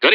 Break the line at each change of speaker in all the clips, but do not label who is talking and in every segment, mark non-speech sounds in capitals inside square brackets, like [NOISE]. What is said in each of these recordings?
Good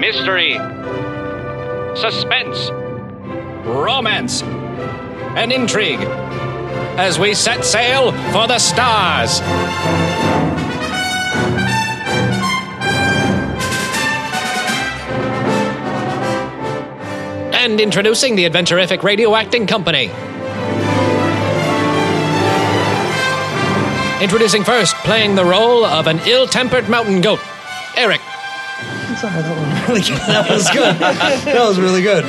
Mystery. Suspense. Romance. And intrigue. As we set sail for the stars.
And introducing the Adventurific Radio Acting Company. Introducing first, playing the role of an ill tempered mountain goat, Eric.
Sorry, that one really good. That was good. that was really good.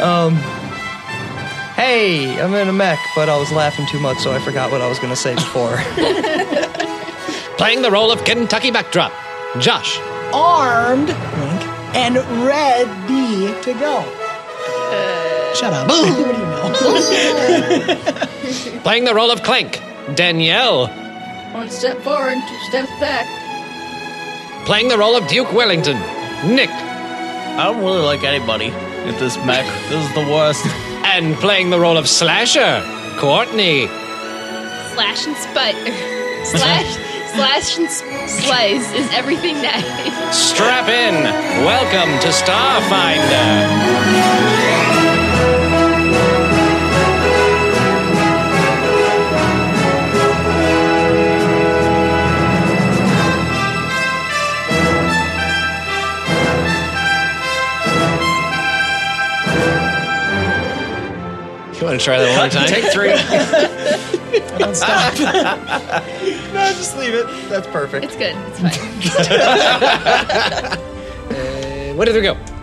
Um, hey, I'm in a mech, but I was laughing too much, so I forgot what I was going to say [LAUGHS] before.
Playing the role of Kentucky Backdrop, Josh.
armed Link, and ready to go.
Shut up.
What do you know?
[LAUGHS]
[LAUGHS]
Playing the role of Clank, Danielle.
One step forward, two steps back.
Playing the role of Duke Wellington, Nick.
I don't really like anybody at this mech. this is the worst.
And playing the role of Slasher, Courtney.
Slash and sput. [LAUGHS] slash, slash and s- slice is everything that. [LAUGHS]
Strap in. Welcome to Starfinder. You want to try that one [LAUGHS] more time?
Take three.
No, just leave it. That's perfect.
It's good. It's fine.
Where did we go?
Woo!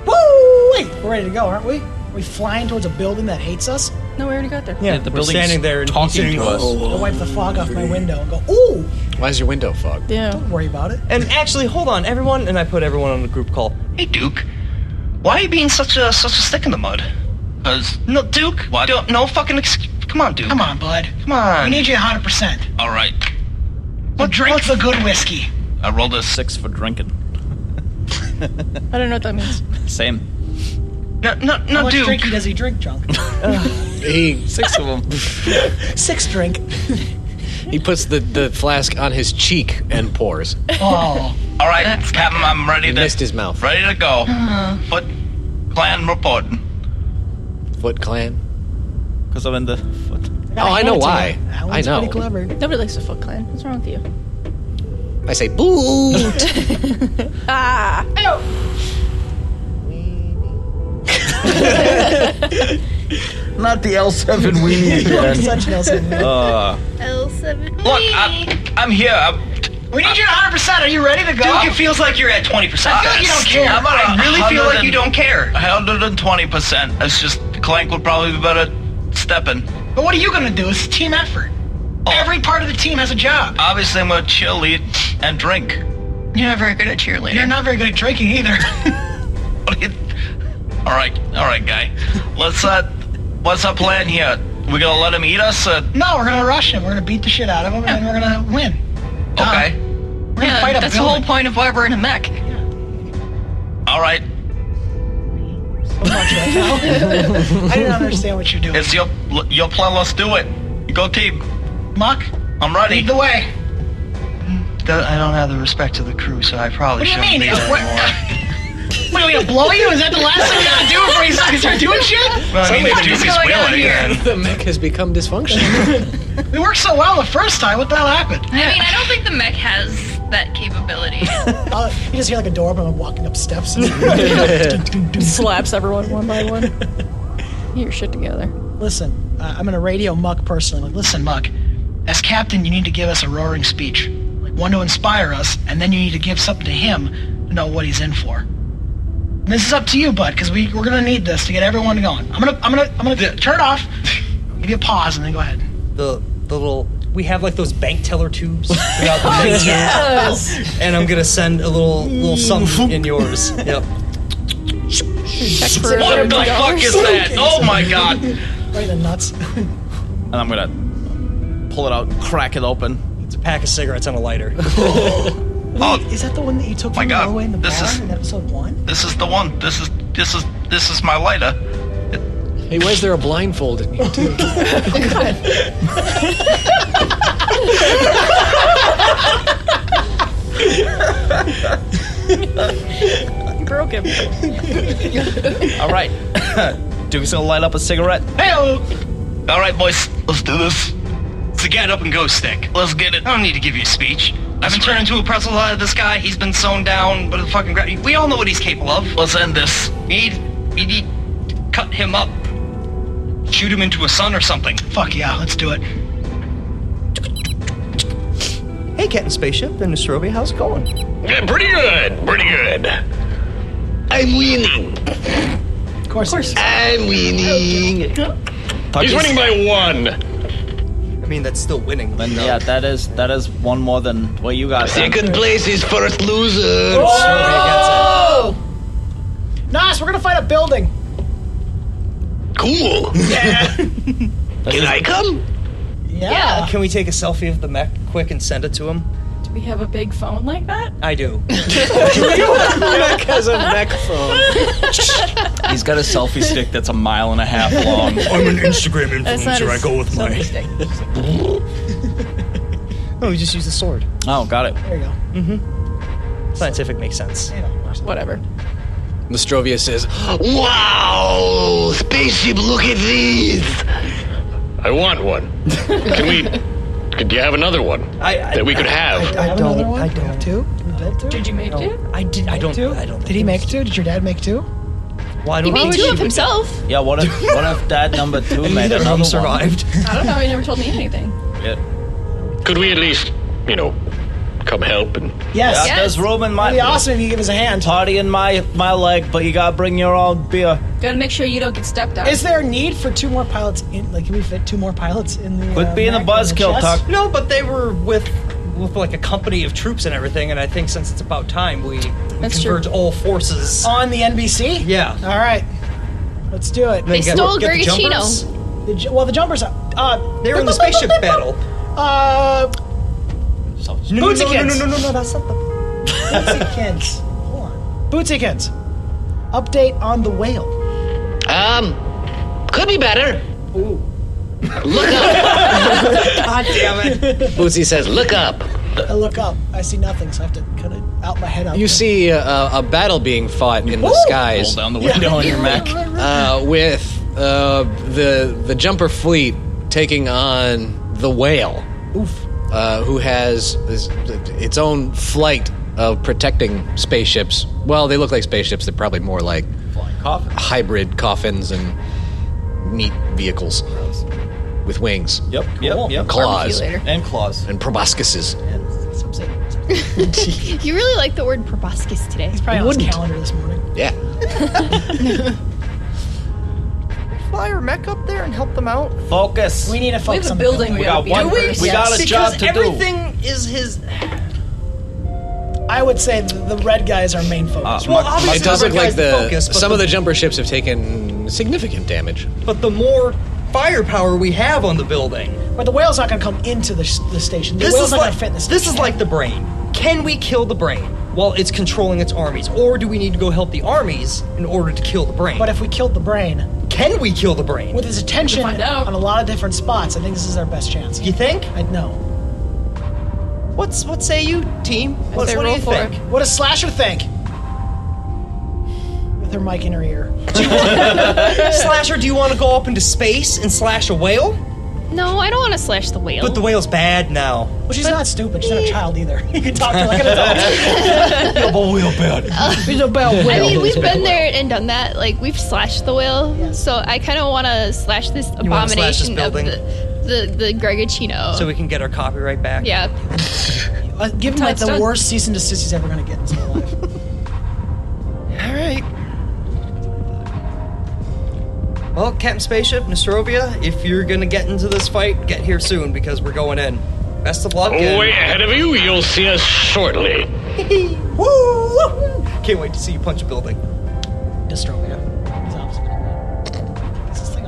Wait, we're ready to go, aren't we? Are we flying towards a building that hates us?
No, we already got there.
Yeah,
the
we're
building's
standing there and
talking
saying,
to us.
"Oh."
I'll wipe the fog off my window and go, ooh!
Why is your window fogged?
Yeah.
Don't worry about it.
And actually, hold on, everyone. And I put everyone on a group call.
Hey, Duke. Why are you being such a such a stick in the mud?
Cause
No, Duke. Why? Don't, no fucking. Ex- come on, Duke.
Come on, bud.
Come on.
We need you 100%.
all right,
Well, drink the good whiskey.
I rolled a six for drinking.
I don't know what that means. [GASPS]
Same,
no, no,
How
no
much
Duke.
drinky does he drink, [LAUGHS] Junk?
He
six of them.
[LAUGHS] Six drink.
he puts the, the flask on his cheek and pours.
[LAUGHS] Oh.
All right, Captain. I'm ready
He [LAUGHS]
to
missed his mouth.
ready to go.
Uh-huh.
Foot clan reporting.
Foot Clan.
Cause I'm in the. Foot.
Oh, I know
That
why.
one's
I know.
pretty clever.
Nobody likes the Foot Clan. What's wrong with you?
I say boot.
Not the L seven weenie
[LAUGHS]
Such Nelson.
uh,
L7.
Look, I, I'm here. I'm,
[LAUGHS] we need you 100%. Are you ready to go?
Duke, it feels like you're at twenty percent.
Uh, I feel like you don't care.
I'm at
I
a
really
hundred
feel like
and-
you don't care.
Hundred and twenty percent. It's just Clank would probably be better stepping.
But what are you going to do? It's a team effort. Every part of the team has a job.
Obviously, I'm gonna chill, eat, and drink.
You're not very good at cheerleading.
You're not very good at drinking either. [LAUGHS]
All right, all right, guy. Let's uh, what's our plan here? We gonna let him eat us? Uh,
no, we're gonna rush him. We're gonna beat the shit out of him, and we're gonna win. Uh,
okay.
We're gonna fight a
that's the whole
building.
point of why we're in a mech.
All right.
[LAUGHS] I didn't understand what you're doing.
It's your your plan. Let's do it. Go team.
Muck,
I'm ready.
lead the way.
I don't have the respect of the crew, so I probably
What do you
shouldn't
mean?
be there
What-
anymore.
[LAUGHS] What are we gonna blow you? Is that the last thing we gotta do before you fucking start doing shit?
Well, I mean,
What
Duke
is
is
going on
wheeling
here?
and-
[LAUGHS] the mech has become dysfunctional.
We worked so well the first time. What the hell happened?
I mean, I don't think the mech has that capability.
Uh, you just hear like a door open. I'm walking up steps.
[LAUGHS]
Slaps everyone one by one. Get your shit together.
listen, uh, I'm gonna radio Muck personally. Like, listen, Muck, as captain, you need to give us a roaring speech, like one to inspire us, and then you need to give something to him to know what he's in for. And this is up to you, bud, because we we're gonna need this to get everyone going. I'm gonna I'm gonna I'm gonna turn it off. Give you a pause and then go ahead.
The the little we have like those bank teller tubes throughout [LAUGHS] the menu,
Yes.
and I'm gonna send a little little something in [LAUGHS] yours. Yep.
For
What the
$100.
fuck is that? Oh my god!
Right in the nuts.
And I'm gonna pull it out, crack it open.
It's a pack of cigarettes and a lighter.
Oh,
Is that the one that you took
My
from
God,
Norway in the
this
bar
is-
in episode one?
this is the one. This is this is this is my lighter.
Hey, why is there a blindfold in you, too?
You broke him.
All right. [COUGHS] Duke's gonna light up a cigarette.
Hello. All right, boys, let's do this. It's a get up and go stick. Let's get it. I don't need to give you a speech. I've been turned into a pretzel out of this guy. He's been sewn down, but the fucking gra- we all know what he's capable of. Let's end this. We need, we need, to cut him up, shoot him into a sun or something.
Fuck yeah, let's do it.
hey, Captain Spaceship and Nostrovia, how's it going?
Yeah, pretty good, pretty good. I'm winning.
Of course. Of course.
I'm winning.
He's
by one.
I mean, that's still winning. But,
Yeah, that is that is one more than what you got. Dan.
place is first loser.
Nas, we're gonna fight a building.
Cool. Can I come?
Yeah.
Yeah.
Can we take a selfie of the mech quick and send it to him?
Do we have a big phone like that?
I do.
Mech has a mech phone.
He's got a selfie stick that's a mile and a half
[LAUGHS]
long.
I'm an Instagram
That's not
influencer. I
his
go with my.
selfie
[LAUGHS]
stick.
No, we just use the sword.
Oh, got it.
There you go.
Scientific makes sense.
Whatever.
Nostrovia says,
Wow! Spaceship, look at these!
I want one. Can we? Could you have another one
I, I,
that we could have?
I
Have
don't.
another one?
I
Have
don't.
two? We built two?
Did you make it?
I did. I don't.
Two?
I don't.
Did he make two? Did your dad make two?
Why
He
don't
made two of himself.
Yeah, what if what if dad number
[LAUGHS]
two made
Neither of
another
them [LAUGHS]
one?
survived.
I don't know. He never [LAUGHS] told me anything.
Yeah.
Could we at least, you know, come help and
Yes.
Yeah, There's room in
It'd be
my
awesome if you give us a hand.
party in my my leg, but you gotta bring your own beer.
Gotta make sure you don't get stepped on.
Is there a need for two more pilots in? Like, can we fit two more pilots in the?
Quit
uh,
being a
Mac and the
buzzkill,
chest?
Tuck.
No, but they were with with like a company of troops and everything, and I think since it's about time we, we
That's true.
converge all forces.
On the NBC.
Yeah.
All right. Let's do it.
Then
They
get-
stole
get the
Gracino.
jumpers.
The ju- well, the jumpers. Are, uh,
They were in the spaceship battle.
[LAUGHS] Uh,
No, no, no, no,
Bootsikins.
no, no, no, no, that's not the.
[LAUGHS] Bootsikins. Hold on. Bootsikins. Update on the whale.
um, could be better. Look up.
[LAUGHS] God damn it!
Bootsy says, look up.
I look up. I see nothing, so I have to cut it out my head out.
You
there.
see uh, a battle being fought in the
Roll
skies
down the window on your
[LAUGHS]
Mac.
uh, with uh, the the jumper fleet taking on the whale, Uh, who has this, its own flight of protecting spaceships. Well, they look like spaceships. They're probably more like hybrid coffins and neat vehicles with wings,
Yep, yep, yep.
claws,
Later.
And claws.
and proboscuses.
You really like the word proboscis today.
probably on his calendar this morning.
Yeah.
Fly her mech up there and help them out.
Focus.
We need to
We
fight
have a
something.
building. We,
We
gotta
got
be
one.
over.
We got a job
Because
to do.
everything is his.
I would say the, the red guys are main
Uh,
focus.
my- my-
obviously
It does
the
look like
red guy's
the
focus, but
some of the jumper ships have taken significant damage.
But the more firepower we have on the building,
but the whale's not going to come into the, sh- the station. The
Ah. this
whale's
is
not
like
going to fit in the station.
this is like the brain. Can we kill the brain while it's controlling its armies, or do we need to go help the armies in order to kill the brain?
But if we killed the brain
can we kill the brain?
with his attention
We'll find out.
on a lot of different spots, I think this is our best chance.
you think?
I know.
What's what say you, team? What,
say
what do
roll
you
for
think?
it.
What does Slasher think? With her mic in her ear. [LAUGHS]
Slasher, do you want to go up into space and slash a whale?
No, I don't want to slash the whale.
But the whale's bad now.
Well, she's not stupid. She's not a child either. [LAUGHS] You can talk to her like an adult.
[LAUGHS]
I mean, we've been there and done that. Like, we've slashed the whale. So I kind of want to slash this
wanna slash this
abomination of
building?
the, the, the Gregorcino.
So we can get our copyright back.
yeah.
Uh, give him like the
Touchdown.
worst cease and desist he's ever going to get in his whole life.
All right. Well, Captain Spaceship, Nostrovia, if you're gonna get into this fight, get here soon because we're going in. Best of luck. and-
Way ahead of you, you'll see us shortly.
Woo! Can't wait to see you punch a building.
Distro man. He's opposite. Is this thing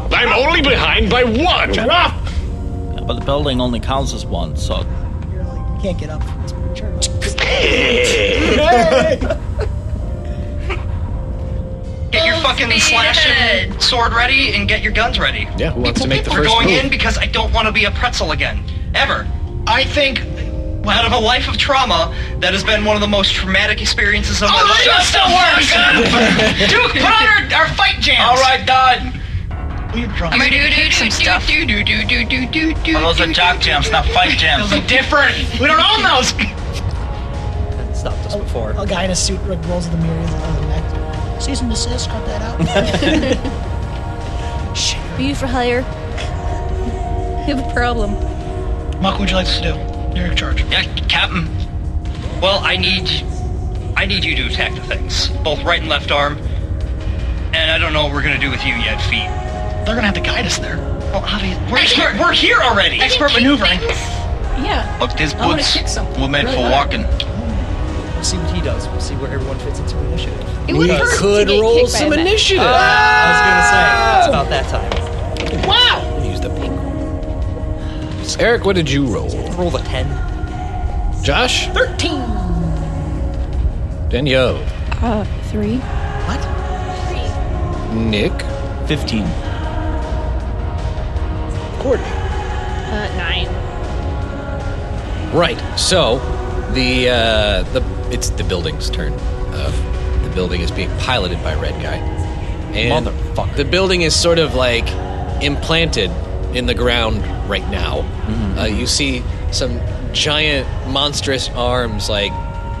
[LAUGHS]
on?
I'm only behind by one.
Yeah, but the building only counts as one, so.
You can't get up from this picture.
Get your fucking slashing sword ready and get your guns ready.
Yeah, who wants to make the
We're
first
going
move?
in because I don't want to be a pretzel again. Ever. I think out of a life of trauma, that has been one of the most traumatic experiences of my
Oh,
life.
that still
[LAUGHS]
works.
Duke, put on our, our fight jams! Alright, Don.
We're drunk.
I'm gonna do- do some
stuff. Do, do, do, do, do, do, do,
Well, those are jock jams, not fight jams.
Those are different. We don't own those.
Stopped us before.
[LAUGHS] A guy in a suit like, rolls the mirror and the neck. Cease and desist. Cut that
[LAUGHS]
out.
Be for hire. [LAUGHS] We have a problem.
Muck, what would you like us to do? You're in charge.
Yeah, Captain. Well, I need, I need you to attack the things, both right and left arm. And I don't know what we're gonna do with you yet, feet.
They're gonna have to guide us there. Well, how do you?
We're expert, we're here already.
Expert maneuvering.
Yeah.
Look, these
I wanna boots kick something. were meant for Really? walking.
We'll see what he does. We'll see where everyone fits into initiative.
It would hurt to get kicked by a bat.
I was gonna say it's about that time.
Wow!
Use the pink. Eric, what did you roll?
Roll the ten.
Josh?
Thirteen.
Danielle.
Uh, three.
Nick?
15.
Courtney.
Uh, nine.
Right. So the uh, the it's the building's turn. Uh, the building is being piloted by Red Guy. And
Motherfucker.
The building is sort of like implanted in the ground right now. Uh, you see some giant, monstrous arms like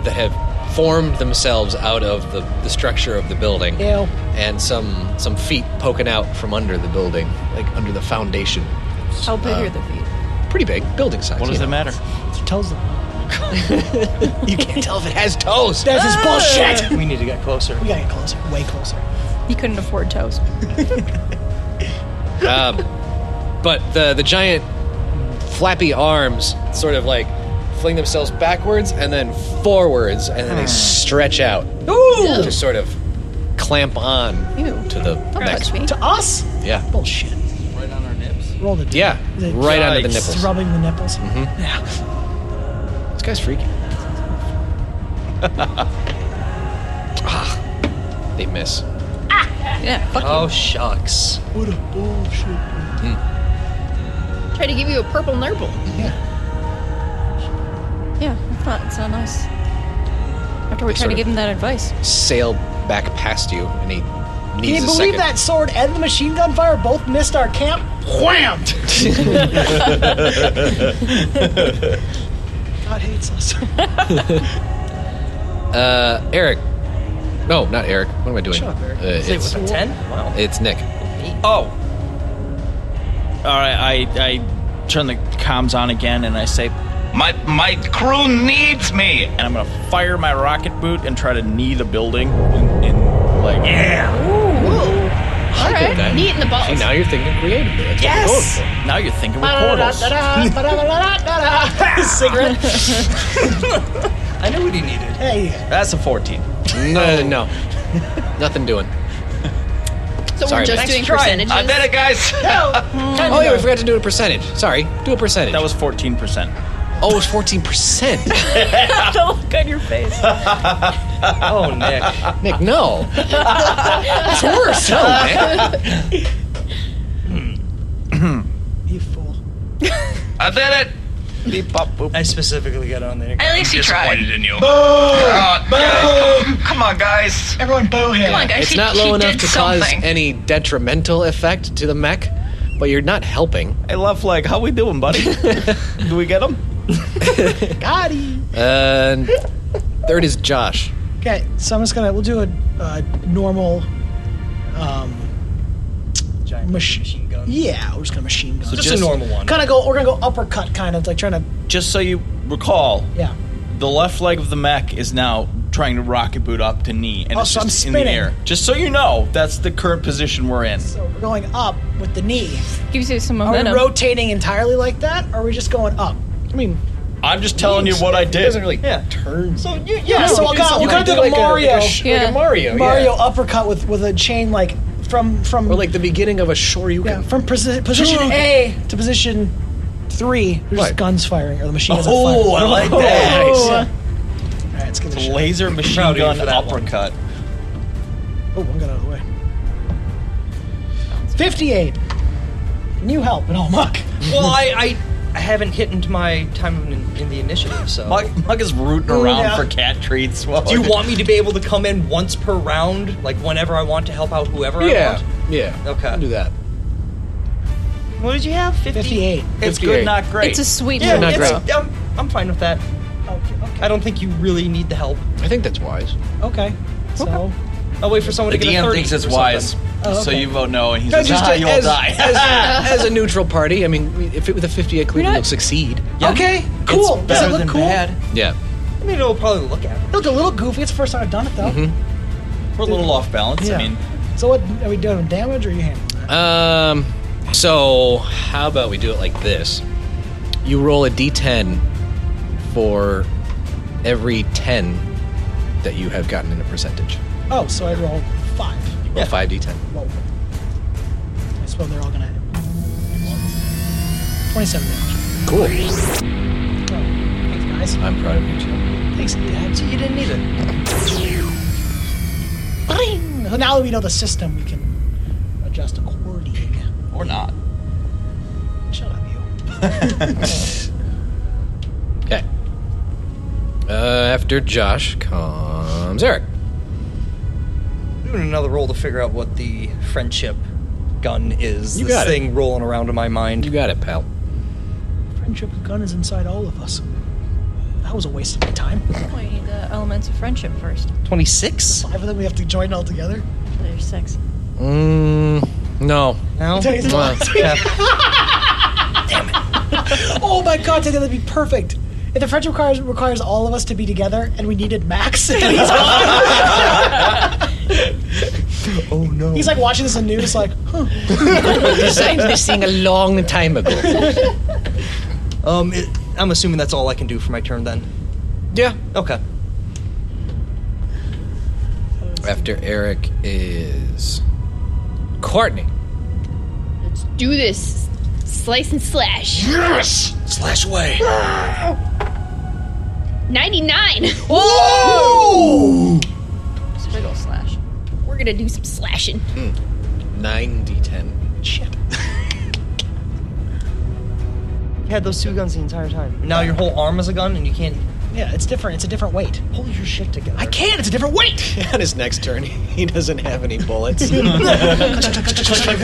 that have formed themselves out of the, the structure of the building.
Ew.
And some some feet poking out from under the building, like under the foundation. Um,
How big are the feet?
Pretty big, building size.
What does
you
it
know.
matter?
She tells them.
You can't tell if it has toes. [LAUGHS]
This is bullshit.
We need to get closer.
We gotta get closer. Way closer.
You couldn't afford toes.
Um, but the the giant flappy arms sort of like fling themselves backwards and then forwards, and
Hmm.
then they stretch out. Ooh! Just sort of clamp on
Ew.
to the
Don't
neck.
touch me.
To us?
Yeah,
Bullshit.
Right on our nips.
Roll the.
yeah,
The-
right under the
Yikes.
nipples. Mm-hmm.
It's rubbing the nipples. Yeah.
This guy's
[LAUGHS]
freaky. ah, they miss.
Yeah. Fuck
Oh shucks.
What a bullshit.
Try to give you a purple nurple.
yeah. It's not. It's not nice. After we
Sort
try to
of-
give him that advice.
Sail back past you, and he
Can you
needs a
believe
second.
that sword and the machine gun fire both missed our camp?
[LAUGHS]
Wham! [LAUGHS] God hates us. [LAUGHS]
Uh, Eric. No, not Eric. What am I doing?
Shut up, Eric.
Uh,
Say
it's,
with a ten? Wow.
it's Nick.
Oh. All right, I I turn the comms on again and I say,
My my crew needs me.
and I'm gonna fire my rocket boot and try to knee the building in, in like.
Yeah.
All right.
Okay.
Neat in the
See,
balls.
now you're thinking creatively. That's
Yes!
What
Now you're thinking with portals.
Cigarette.
I know what he needed.
Hey,
That's a
we're
14.
going for. No, [LAUGHS] no, nothing doing.
so
Sorry,
we're just
man.
doing
try.
percentages.
I bet it, guys.
Oh yeah, we forgot to do a percentage. Sorry, do a percentage.
That was 14%.
oh, it was fourteen percent.
the look on your face.
Oh Nick.
Nick, no, it's
[LAUGHS]
worse. No, man.
you fool.
I bet it.
Beep, bop, boop.
I specifically got on there.
At least you tried.
Disappointed in you. Uh, guys, come- come on, guys.
Everyone boo him.
Come on, guys.
It's
he,
not
he
low enough
did
to cause
something.
any detrimental effect to the mech, but you're not helping.
Hey, left leg, how we doing, buddy? Do we get him?
Got him.
And third is Josh.
Okay, so I'm just gonna we'll do a uh, normal. Um,
Giant
Mach-
machine gun.
yeah, we're just gonna machine gun.
Just, a normal one.
Kind of go. We're gonna go uppercut, kind of like trying to.
Just so you recall,
Yeah.
the left leg of the mech is now trying to rocket boot up to knee, and
Oh,
it's
so I'm
just in the
spinning.
air. Just so you know, that's the current position we're in.
We're going up with the knee.
Gives you some
Are
momentum.
we rotating entirely like that, or are we just going up? I mean,
I'm just telling you what I did.
doesn't really
yeah.
turn.
So you,
yeah, so you got- you
Oh,
got to do like a- like a sh- like a Yeah.
Mario,
Mario uppercut with with a chain like from from or
like the beginning of a Shoryuken.
Yeah, from posi- position
Shoryuken.
A to position three. There's
What?
guns firing or the machine guns. are
Oh,
firing.
I like that.
Nice.
Nice.
All right, let's give this a shot.
Laser machine
Proud of you
gun
for that one.
uppercut.
Oh, I'm got out of the way. 58. Can you help at all, Muck?
well, I, I I haven't hit into my time in, in the initiative, so.
Mug, Mug is rooting
Ooh,
around
yeah.
for cat treats.
Do you want me to be able to come in once per round, like whenever I want to help out whoever I
Yeah,
want?
yeah.
Okay.
Do that.
What did you have? 50?
58.
It's
58.
good, not great.
It's a sweet
yeah,
move.
not
it's-
great.
I'm, I'm fine with that. I don't think you really need the help.
I think that's wise.
Okay. So.
I'll wait for someone
The
to get a
DM
30
thinks it's
or something.
wise,
Oh,
so
okay.
you vote no, and he's
No,
like,
just
ah, you'll
as,
die. [LAUGHS]
as, as a neutral party, I mean, if it with a 58 Cleveland, you'll succeed.
Okay, cool. Does it look cool?
Yeah.
I mean, it'll probably look at
It looked a little goofy. It's the first time I've done it, though.
We're a little off balance.
Yeah.
I mean,
So, Mm-hmm. what are we doing? Damage or are you handling
Um. So how about we do it like this? You roll a d10 for every 10 that you have gotten in a percentage.
it? Oh, so I rolled five.
You roll five d10.
Whoa. I suppose they're all going to hit. 27 damage. Oh,
Cool.
Thanks, guys.
I'm proud of you too.
Thanks, Dad. So you didn't either. Bling! So now that we know the system, we can adjust according.
or not.
Shut up, you.
Okay. Uh, after Josh comes Eric.
it. Doing another roll to figure out what the friendship gun is.
You
this
got it.
thing rolling around in my mind.
You got it, pal.
Friendship gun is inside all of us. That was a waste of my time.
We need the elements of friendship first.
26?
Five of them we have to join all together.
There's six.
Mm, [LAUGHS] no.
[LAUGHS]
No?
Tell you the
Wow.
last- oh my god, today that'd be perfect. If the friendship requires, requires all of us to be together and we needed Max, [LAUGHS] he's,
[LAUGHS] oh no.
he's like watching this on news, like, huh.
Designed this thing a long time ago.
Um, it, I'm assuming that's all I can do for my turn then.
Yeah.
Okay.
After Eric is Courtney.
Let's do this. Slice and slash.
Yes. Slash
[SIGHS]
away.
99.
Whoa!
So big ol' slash. [LAUGHS] We're gonna do some slashing.
Nine d10.
Shit.
You had those two guns the entire time. Now your whole arm is a gun and you can't
Yeah, it's different. It's a different weight.
pull your shit together.
I can't. It's a different weight.
[LAUGHS] On his next turn, [LAUGHS] he doesn't have any bullets.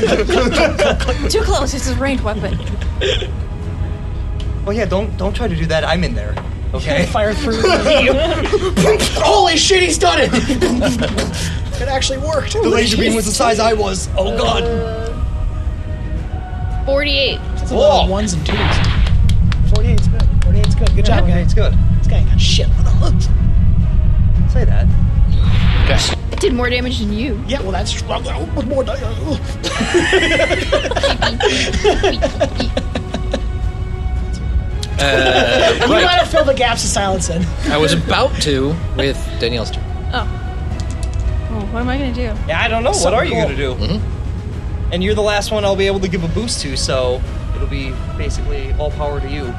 Too close. It's a ranged [LAUGHS] weapon.
Well, oh yeah, don't don't try to do that. I'm in there. [LAUGHS] Okay.
Fire through. Holy shit, he's done it! it actually worked.
the laser beam was the size I was. Oh god.
48.
That's a lot of ones and twos. 48's good. 48's good. Good job,
Okay,
guys.
it's good.
This guy got shit on the hooks.
Say that.
It did more damage
[LAUGHS]
than you.
Yeah, well, that's Oh, with more. di- You
right.
gotta fill the gaps of silence in.
I was about to with Danielle's turn.
Oh, what am I gonna do?
Yeah, I don't know. what
Something
are you
cool.
gonna do? And you're the last one I'll be able to give a boost to, so it'll be basically all power to you.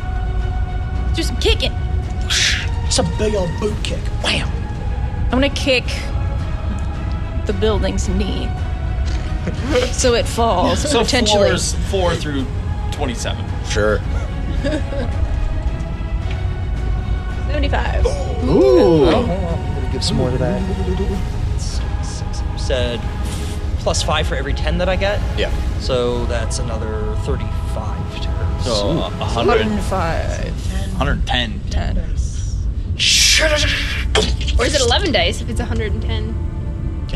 Just kick it.
It's a big old boot kick. Wham!
I'm gonna kick the building's knee. so it falls.
[LAUGHS]
So
potentially.
four, is four through twenty-seven.
Sure.
75.
Oh.
I'm gonna give some more to that. Said plus five for every ten that I get.
Yeah.
So that's another thirty-five to her.
So a hundred,
105.
hundred ten.
10.
Or is it 11 dice if it's 110?
Yeah,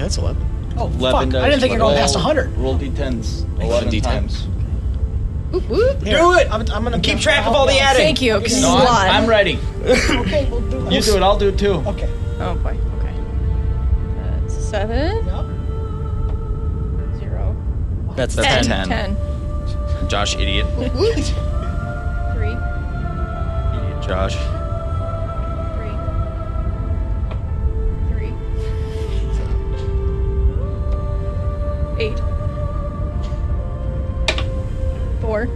that's 11.
Oh, fuck. I didn't think you're going past 100.
Roll d10s.
Eleven
Eleven
times.
times.
Oop, oop.
Do it! I'm, I'm gonna
Keep track of all the adding.
Thank you. 'cause it's a
I'm,
lot.
I'm ready.
Okay, we'll do
You do it. I'll do it too.
Okay.
Oh boy. Okay. Uh, it's a seven. Zero.
That's the
ten.
ten.
Ten.
Josh, idiot.
Three.
Idiot, Josh.
Three. Eight. Four. Two.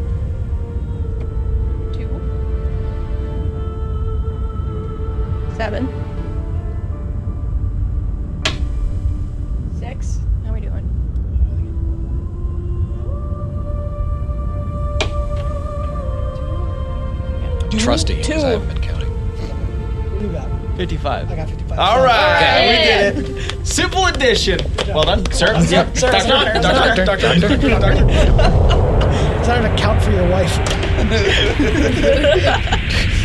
Seven. Six. How we doing?
Trusty.
Two.
I haven't been counting.
What do you got?
55.
I got 55.
All right,
Okay.
we did it. Simple addition. Well done, sir.
Well done.
Yep.
Sir, it's an
Doctor,
honor. It's an honor.
doctor, doctor, doctor, doctor.
It's not an account for your wife.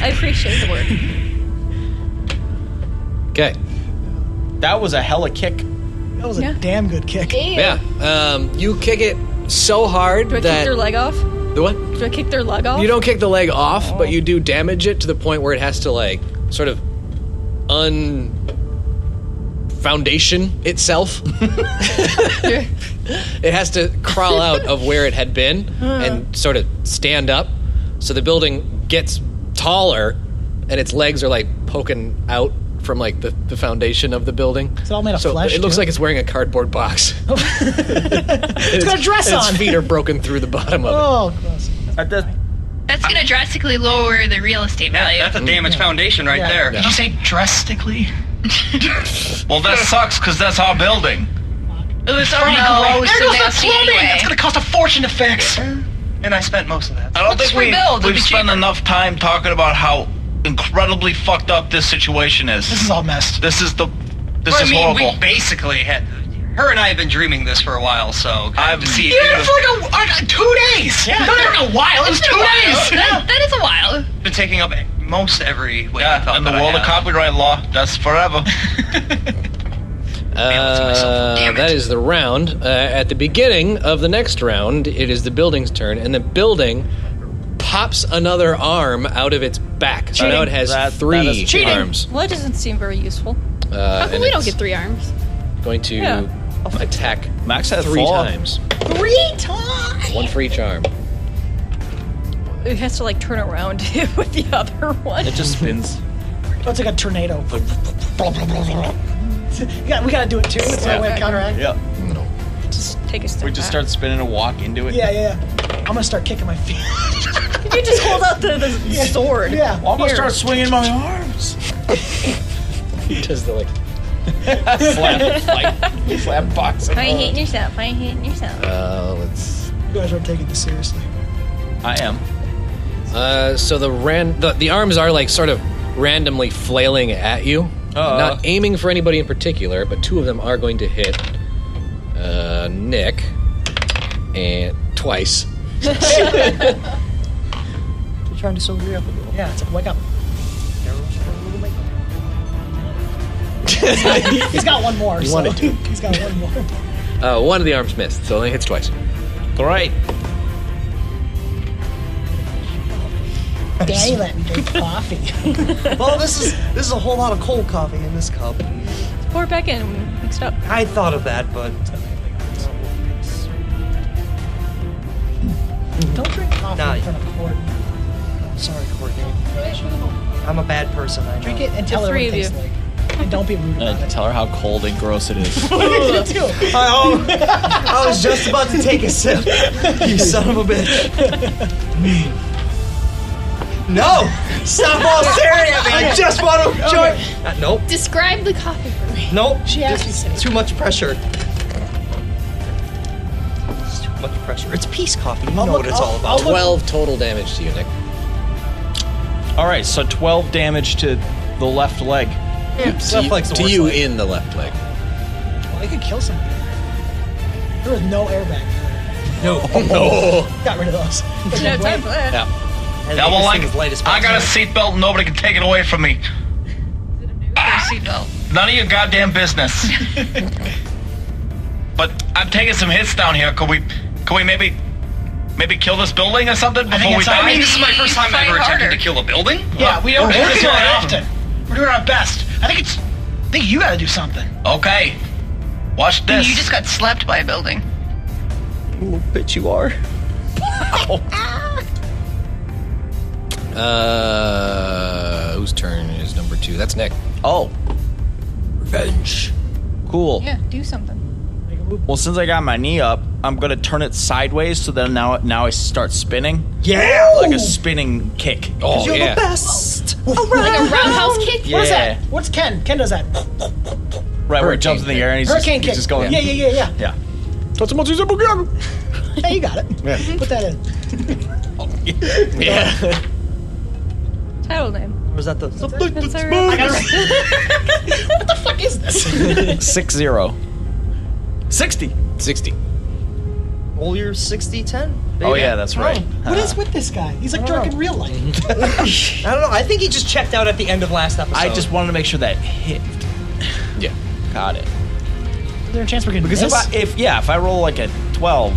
I appreciate the work.
Okay.
That was a hella kick.
That was a damn good kick. [LAUGHS]
Yeah. Um, you kick it so hard
Do I
that
kick their leg off?
the what?
Do I kick their leg off?
You don't kick the leg off, but you do damage it to the point where it has to like sort of un foundation
[LAUGHS]
itself. it has to crawl out of where it had been and sort of stand up. So the building gets taller and its legs are like poking out from like the, the foundation of the building. It's
all made of
so
flesh,
It looks
too? Oh,
like it's wearing a cardboard box. it's
got a dress
and
on.
Its feet are broken through the bottom of it.
Oh, gross.
That's gonna drastically lower the real estate
Yeah,
value.
that's a damaged foundation right there.
Did you say drastically?
[LAUGHS] Well, that sucks because that's our building.
It was
There
already
goes
gross and
that
nasty
plumbing! That's
anyway.
gonna cost a fortune to fix.
And I spent most of that. I don't
Let's
think we,
rebuild, it'll
we've
be
spent
cheaper.
enough time talking about how incredibly fucked up this situation is.
This is all messed.
This is the. This
Well, I
is
mean, we
horrible. basically had. Her and I have been dreaming this for a while, so I have to see.
You had it for like a, a, two days.
Yeah.
Not even a while. It was two days.
That, that is a while.
been taking up most every way. Yeah, in the
that I
world of
have.
copyright law, that's [LAUGHS] forever.
Uh, that is the round. Uh, at the beginning of the next round, it is the building's turn, and the building pops another arm out of its back. So now it has
That- that
three
is cheating.
arms.
Well, it doesn't seem very useful.
Uh,
How come
and
we don't
it's
get three arms?
Going to
Yeah.
attack
Max has
three
four.
times,
Three times.
one for each arm. [LAUGHS]
It has to like turn around [LAUGHS] with the other one.
It just spins.
That's like a tornado. [LAUGHS] yeah, we gotta do it too. It's our way of counteract.
Yep.
Just take a step.
We just
back.
start spinning and walk into it.
Yeah, yeah, yeah. I'm gonna start kicking my feet. [LAUGHS]
You just hold out the, the sword.
Yeah.
I'm gonna start swinging my arms.
Does the like?
slap, fight, slap boxing.
Why hating yourself? Why hating yourself?
Uh, let's.
You guys aren't taking this seriously.
I am.
Uh, so the ran the, the arms are like sort of randomly flailing at you,
Uh-uh.
not aiming for anybody in particular, but two of them are going to hit uh, Nick and twice.
They're trying to sober you up a little.
Yeah, it's like wake up. [LAUGHS] He's got one more. so.
wanted to.
[LAUGHS] He's got
[LAUGHS]
one more.
Uh, one of the arms missed, so it only hits twice.
Great.
Daddy let me
[LAUGHS]
drink coffee. [LAUGHS]
Well, this is this is a whole lot of cold coffee in this cup.
Pour it back in. Mixed up.
I thought of that, but uh,
Don't drink coffee
Nah.
in front of court.
sorry, Courtney. I'm a bad person. I know.
Drink it and tell her what
three
it tastes
of
like. And don't be rude about
[LAUGHS]
Uh,
it.
tell her how cold and gross it is.
You too.
I, I was just about to take a sip.
[LAUGHS]
You son of a bitch. No! Stop all staring at me. I just want to enjoy. Uh, nope.
Describe the coffee for me.
Nope.
She asked
This
me
is
to.
Too much pressure. It's too much pressure. It's peace coffee. You know Oh, what it's all about.
Twelve total damage to you, Nick.
[LAUGHS] All right, so 12 damage to the left leg.
To, you-
leg's the
to
worst
you
leg.
in the left leg.
They could kill somebody. There was no airbag. [LAUGHS]
No.
Got rid of those.
No time for that.
I
Double like
light as
I got a
possible.
seatbelt. and Nobody can take it away from me. Ah!
Seatbelt.
None of your goddamn [LAUGHS] business. but I'm taking some hits down here. Could we, could we maybe, maybe kill this building or something before
think
we
it's all
die?
right.
I mean, this is my first time
Fight
ever attempting
harder.
to kill a building.
Yeah, we don't
We're
do
working
this very
on it.
often. We're doing our best. I think it's think you gotta do something.
Okay. Watch this.
You just got slapped by a building.
Little bitch, you are.
Uh, whose turn is number two? That's Nick.
Oh, revenge. Cool.
Yeah, do something.
Well, since I got my knee up, I'm gonna turn it sideways so that now now I start spinning.
Yeah,
like a spinning kick.
Oh
You're
yeah.
the best.
Like a roundhouse kick?
What is
Yeah.
that? What's Ken? Ken does that.
Right where it jumps in the air and he's just,
Hurricane
he's
kick.
just going.
Yeah, yeah, yeah, yeah.
yeah.
[LAUGHS] Hey, you got it. Put that in.
Title name.
Or is that the?
Spencer.
Six zero. Sixty.
60.
Roll your 60 10.
Oh yeah, that's right.
What is with this guy? He's like Dirk in real life.
I don't know. I think he just checked out at the end of last episode.
I just wanted to make sure that hit.
Yeah.
Got it.
Is there a chance we're gonna
Because
miss?
if, I, if yeah, if I roll like a twelve,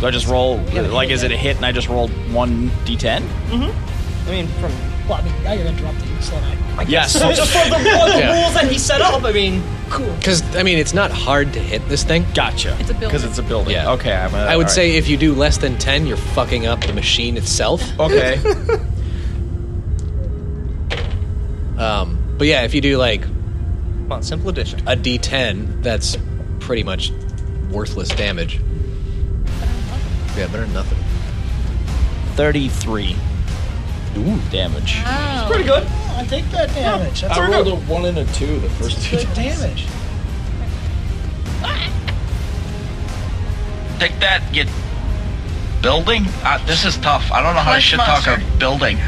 do I just roll like is it a hit and I just rolled one d10?
I mean, from
well, I mean, now you're interrupting. Slow down.
I
Yes.
guess just for the, for the
Yeah.
rules that he set up. I mean,
Cool.
Because, I mean, it's not hard to hit this thing.
Gotcha.
It's a building.
Because it's a building.
Yeah.
Okay. I'm, uh,
I would
all
say if you do less than 10, you're fucking up the machine itself.
right. Okay.
Um, but yeah, if you do like
come on, simple addition.
a d10, that's pretty much worthless damage. Yeah, better than nothing.
[LAUGHS] Thirty-three. Ooh, damage.
Pretty good.
I take that damage. That's
I
a
rolled
good,
a one and a two the first two.
good damage.
Take that, get building. Uh, this is tough. I don't know how to
Flesh
shit talk a
monster.
building.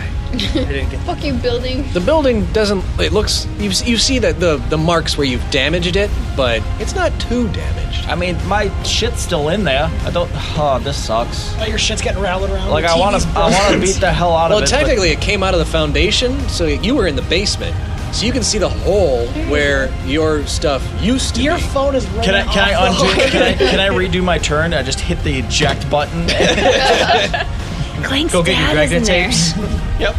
Fuck you, building.
The building doesn't. It looks. You, you see that the, the marks where you've damaged it, but it's not too damaged.
I mean, my shit's still in there. I don't. Oh, this sucks.
Oh, your shit's getting rattled around.
Like
The
I want
TV's
to. I want to beat the hell out
Well,
of it. but-
technically, it came out of the foundation, so you were in the basement. So you can see the hole where your stuff used to
Your
be.
phone is running
Can I can I
off the
undo?
hook.
Can I, can I redo my turn? I just hit the eject button.
Clank's
Go get your
dad
Dragnet
is in there.
tapes.
yep.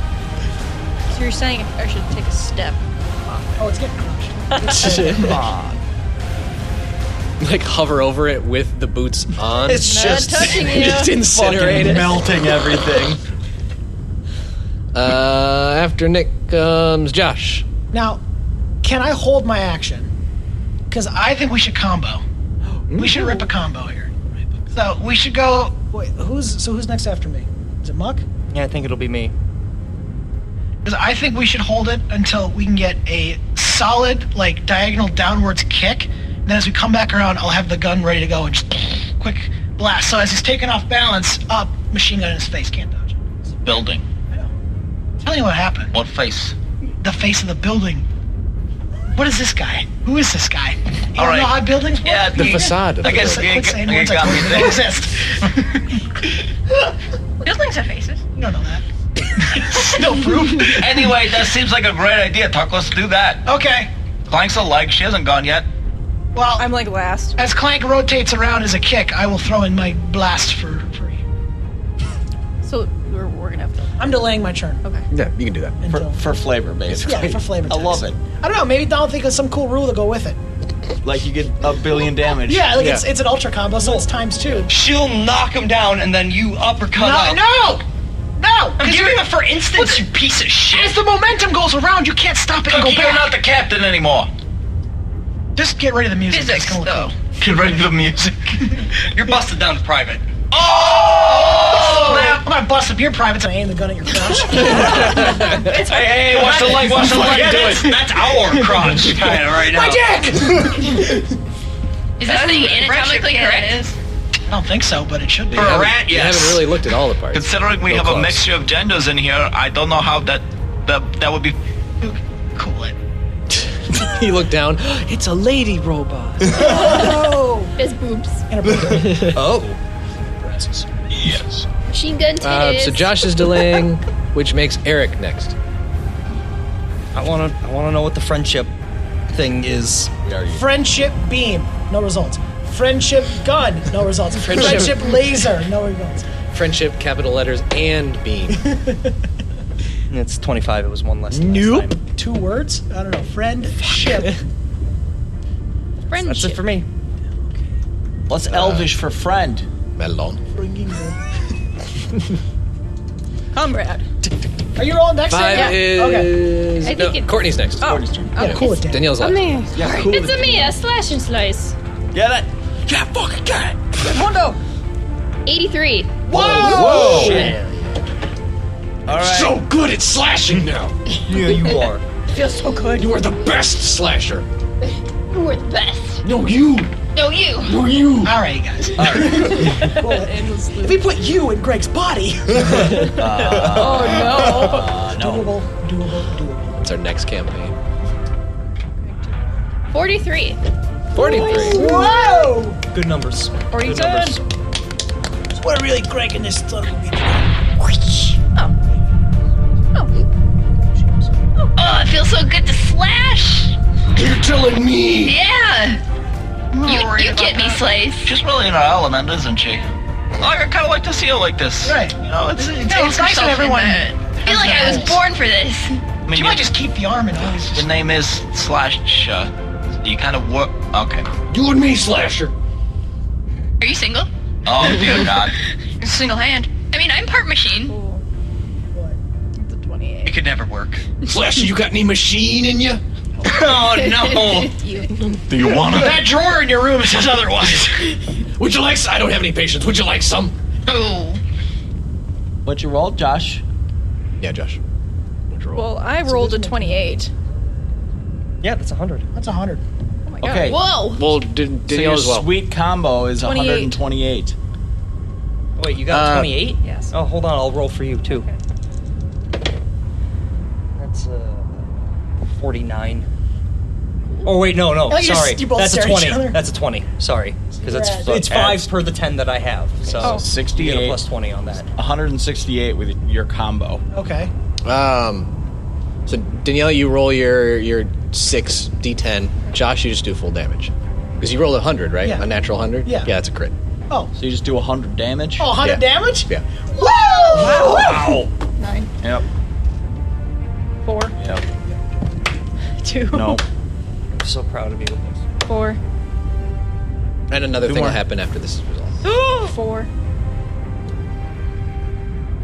So you're saying I should take a step.
Oh, it's getting crushed.
[LAUGHS] like hover over it with the boots on.
It's
Not
just
[LAUGHS]
touching you.
just incinerate
fucking
it.
melting everything.
Uh, after Nick comes Josh.
Now, can I hold my action? Because I think we should combo. We should rip a combo here. So we should go. Wait, who's so who's next after me? Is it Muck?
Yeah, I think it'll be me.
Because I think we should hold it until we can get a solid, like diagonal downwards kick. And then as we come back around, I'll have the gun ready to go and just quick blast. So as he's taken off balance, up machine gun in his face, can't dodge. it.
Building.
Tell you what happened.
What face?
The face of the building. What is this guy? Who is this guy? You don't
All right.
know how buildings work?
Yeah,
The facade of
I
the
guess
building.
you,
Quit saying
you
words I
got
told
me
you don't
there.
exist.
Buildings have faces.
you don't know that. no proof.
Anyway, that seems [LAUGHS] like a great idea, Tuck. Let's do that.
Okay.
Clank's a leg. She hasn't gone yet.
Well,
I'm like last.
as Clank rotates around as a kick, I will throw in my blast for free.
So we're, we're gonna have to.
I'm delaying my turn. Okay.
Yeah, you can do that.
For,
Until,
for flavor, basically.
[LAUGHS] yeah, for flavor.
I love it.
text. I don't know. Maybe Donald think of some cool rule to go with it.
Like you get a billion damage.
Yeah, like
Yeah.
it's it's an ultra combo, so it's times two.
She'll knock him down, and then you uppercut
No,
up.
no, no.
I'm
'cause
giving
you-
it for instance, you piece of shit.
As the momentum goes around, you can't stop it and go
Cookie, you're not
back.
the captain anymore.
Just get rid of the music. It's
Physics,
gonna look
though.
Get ready for the music. you're busted down to private. Oh!
I'm gonna bust up your privates and aim the gun at your crotch.
Hey, hey, watch the light, watch the light. Yeah, that's,
[LAUGHS]
that's our crotch kind of right now.
Is this thing anatomically correct?
I don't think so, but it should be.
Oh.
For a
haven't-
rat,
You
yes.
haven't really looked at all the parts. [LAUGHS]
Considering we
Real
have a
close.
mixture of genders in here, I don't know how that that, that would be.
Cool it.
he looked down. It's a
[LAUGHS]
lady robot.
Biz boobs.
oh.
Yes.
Machine gun titties.
Uh, so Josh is delaying, [LAUGHS] which makes Eric next.
I want to. I want to know what the friendship thing is.
Friendship beam, no results. Friendship gun, no results. Friendship,
Friendship-
laser, no results.
Friendship, capital letters, and beam.
It's 25. It was one less. than last
Nope.
time.
Two words? I don't know. Friend,
[LAUGHS]
ship.
That's it for me.
What's Elvish for friend?
Melon.
Comrade.
Are you rolling next?
Five
time?
is.
I
no,
think it-
Courtney's next.
Oh.
Courtney's turn.
Oh,
Yeah.
cool it down.
Danielle's
A
left.
me.
Yeah, cool
It's
it
a me, a slash and slice.
Yeah, that.
Yeah, fucking got it.
Mundo.
83.
Whoa!
Whoa!
All right.
So good at slashing now.
yeah, you are.
Feels so good. You are the best slasher.
You were the best.
No, you.
No, you.
No, you.
All right, guys.
If we put you in Greg's body.
Oh,
no.
Doable, doable, doable.
It's our next campaign.
43.
43.
Whoa! Good numbers.
Or you
Good numbers.
We're really cranking this stuff.
Oh, it feels so good to slash.
You're telling me.
Yeah. You, you get me, Slays.
She's really in her element, isn't she? Like, I kind of like to see her like this. Right. You know, it's, it's,
No,
it's nice
yourself
that
in
everyone.
that. I feel like I was born for this.
I mean,
She
you-
might just keep the arm and always
The name is Slash. Uh, you kind of work. Okay.
You and me, slasher.
Are you single?
[LAUGHS]
Oh dear God.
Single hand. I mean, I'm part machine.
It could never work.
Slasher, you got any machine in you?
[LAUGHS] oh
[LAUGHS]
no.
Do you wanna?
That drawer in your room says otherwise.
Would you like? s- I don't have any patience. Would you like some?
Oh.
What'd you roll, Josh?
Yeah, Josh.
Well, I rolled a 28.
Yeah, that's 100.
That's 100.
Oh my god.
Okay.
Whoa!
Well, did,
So
Danielle
your
as well.
sweet combo is
28.
128.
Wait, you got
Uh,
28?
Yes.
Oh, hold on. I'll roll for you, too. That's uh, 49. Oh, wait, no, no.
Oh, you
sorry.
just- you both
That's a
stare at each
20.
other.
That's a 20. Sorry. Because it's,
Congrats. Oh.
it's
So
5
adds-
per the 10 that I have. So
So
you get a
68.
plus 20 on that.
168 with your combo.
Oh.
Okay.
Um, so Danielle, you roll your your six d10. Josh, you just do full damage because you rolled a hundred, right?
Yeah.
A natural hundred.
Yeah.
Yeah, that's a crit.
Oh.
So you just do 100 damage.
Oh, 100
Yeah.
damage?
Yeah.
Whoa!
Wow.
Nine,
Yep.
four,
Yep.
two,
[LAUGHS]
No.
I'm so proud of you.
four,
And another
Two
thing
more.
will happen after this. is
[LAUGHS]
resolved.
four.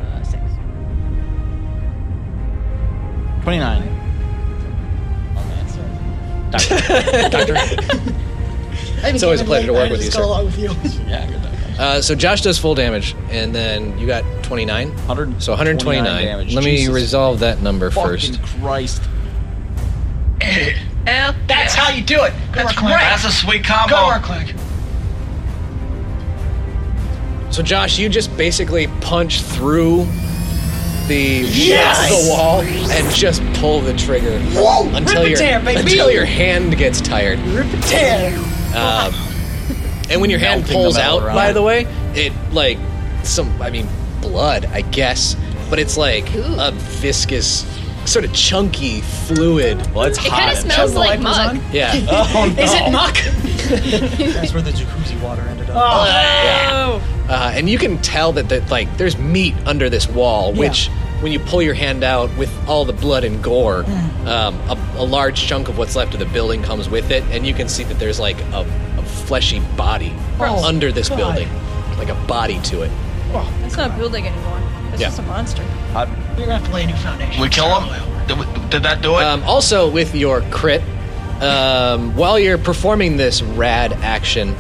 Uh, six.
29.
[LAUGHS] It's always a pleasure to work with you,
Just go
sir.
along with you.
Yeah, good enough.
Uh, so Josh does full damage, and then you got twenty nine.
100.
So 129.
damage.
Let
Jesus
me resolve that number first.
Fucking Christ.
Well,
That's how you do it. That's
work,
right.
That's a sweet combo.
Go work, Clank.
So Josh, you just basically punch through the, the wall and just pull the trigger until
Rip it
your
tear, baby.
until your hand gets tired.
Rip it tear.
Um, and when your hand
Melting the
pulls
metal
out,
around.
by the way, it like some I mean blood, I guess, but it's like a viscous, sort of chunky fluid.
Well, it's
It kind
hot.
of smells
Light
like
was
mug.
on. [LAUGHS]
Yeah.
[LAUGHS] oh, no.
Is it
[LAUGHS]
muck?
That's where the jacuzzi water ended up.
Uh, and you can tell that, that like there's meat under this wall, which when you pull your hand out with all the blood and gore, um, a, a large chunk of what's left of the building comes with it, and you can see that there's like a, a fleshy body
Gross.
under this
God.
building, like a body to it.
It's not a building anymore. It's
Yeah.
just a monster.
Hot.
You're gonna have to lay a new foundation.
We kill him. Did, we- did that do it?
Um, also, with your crit, um, while you're performing this rad action,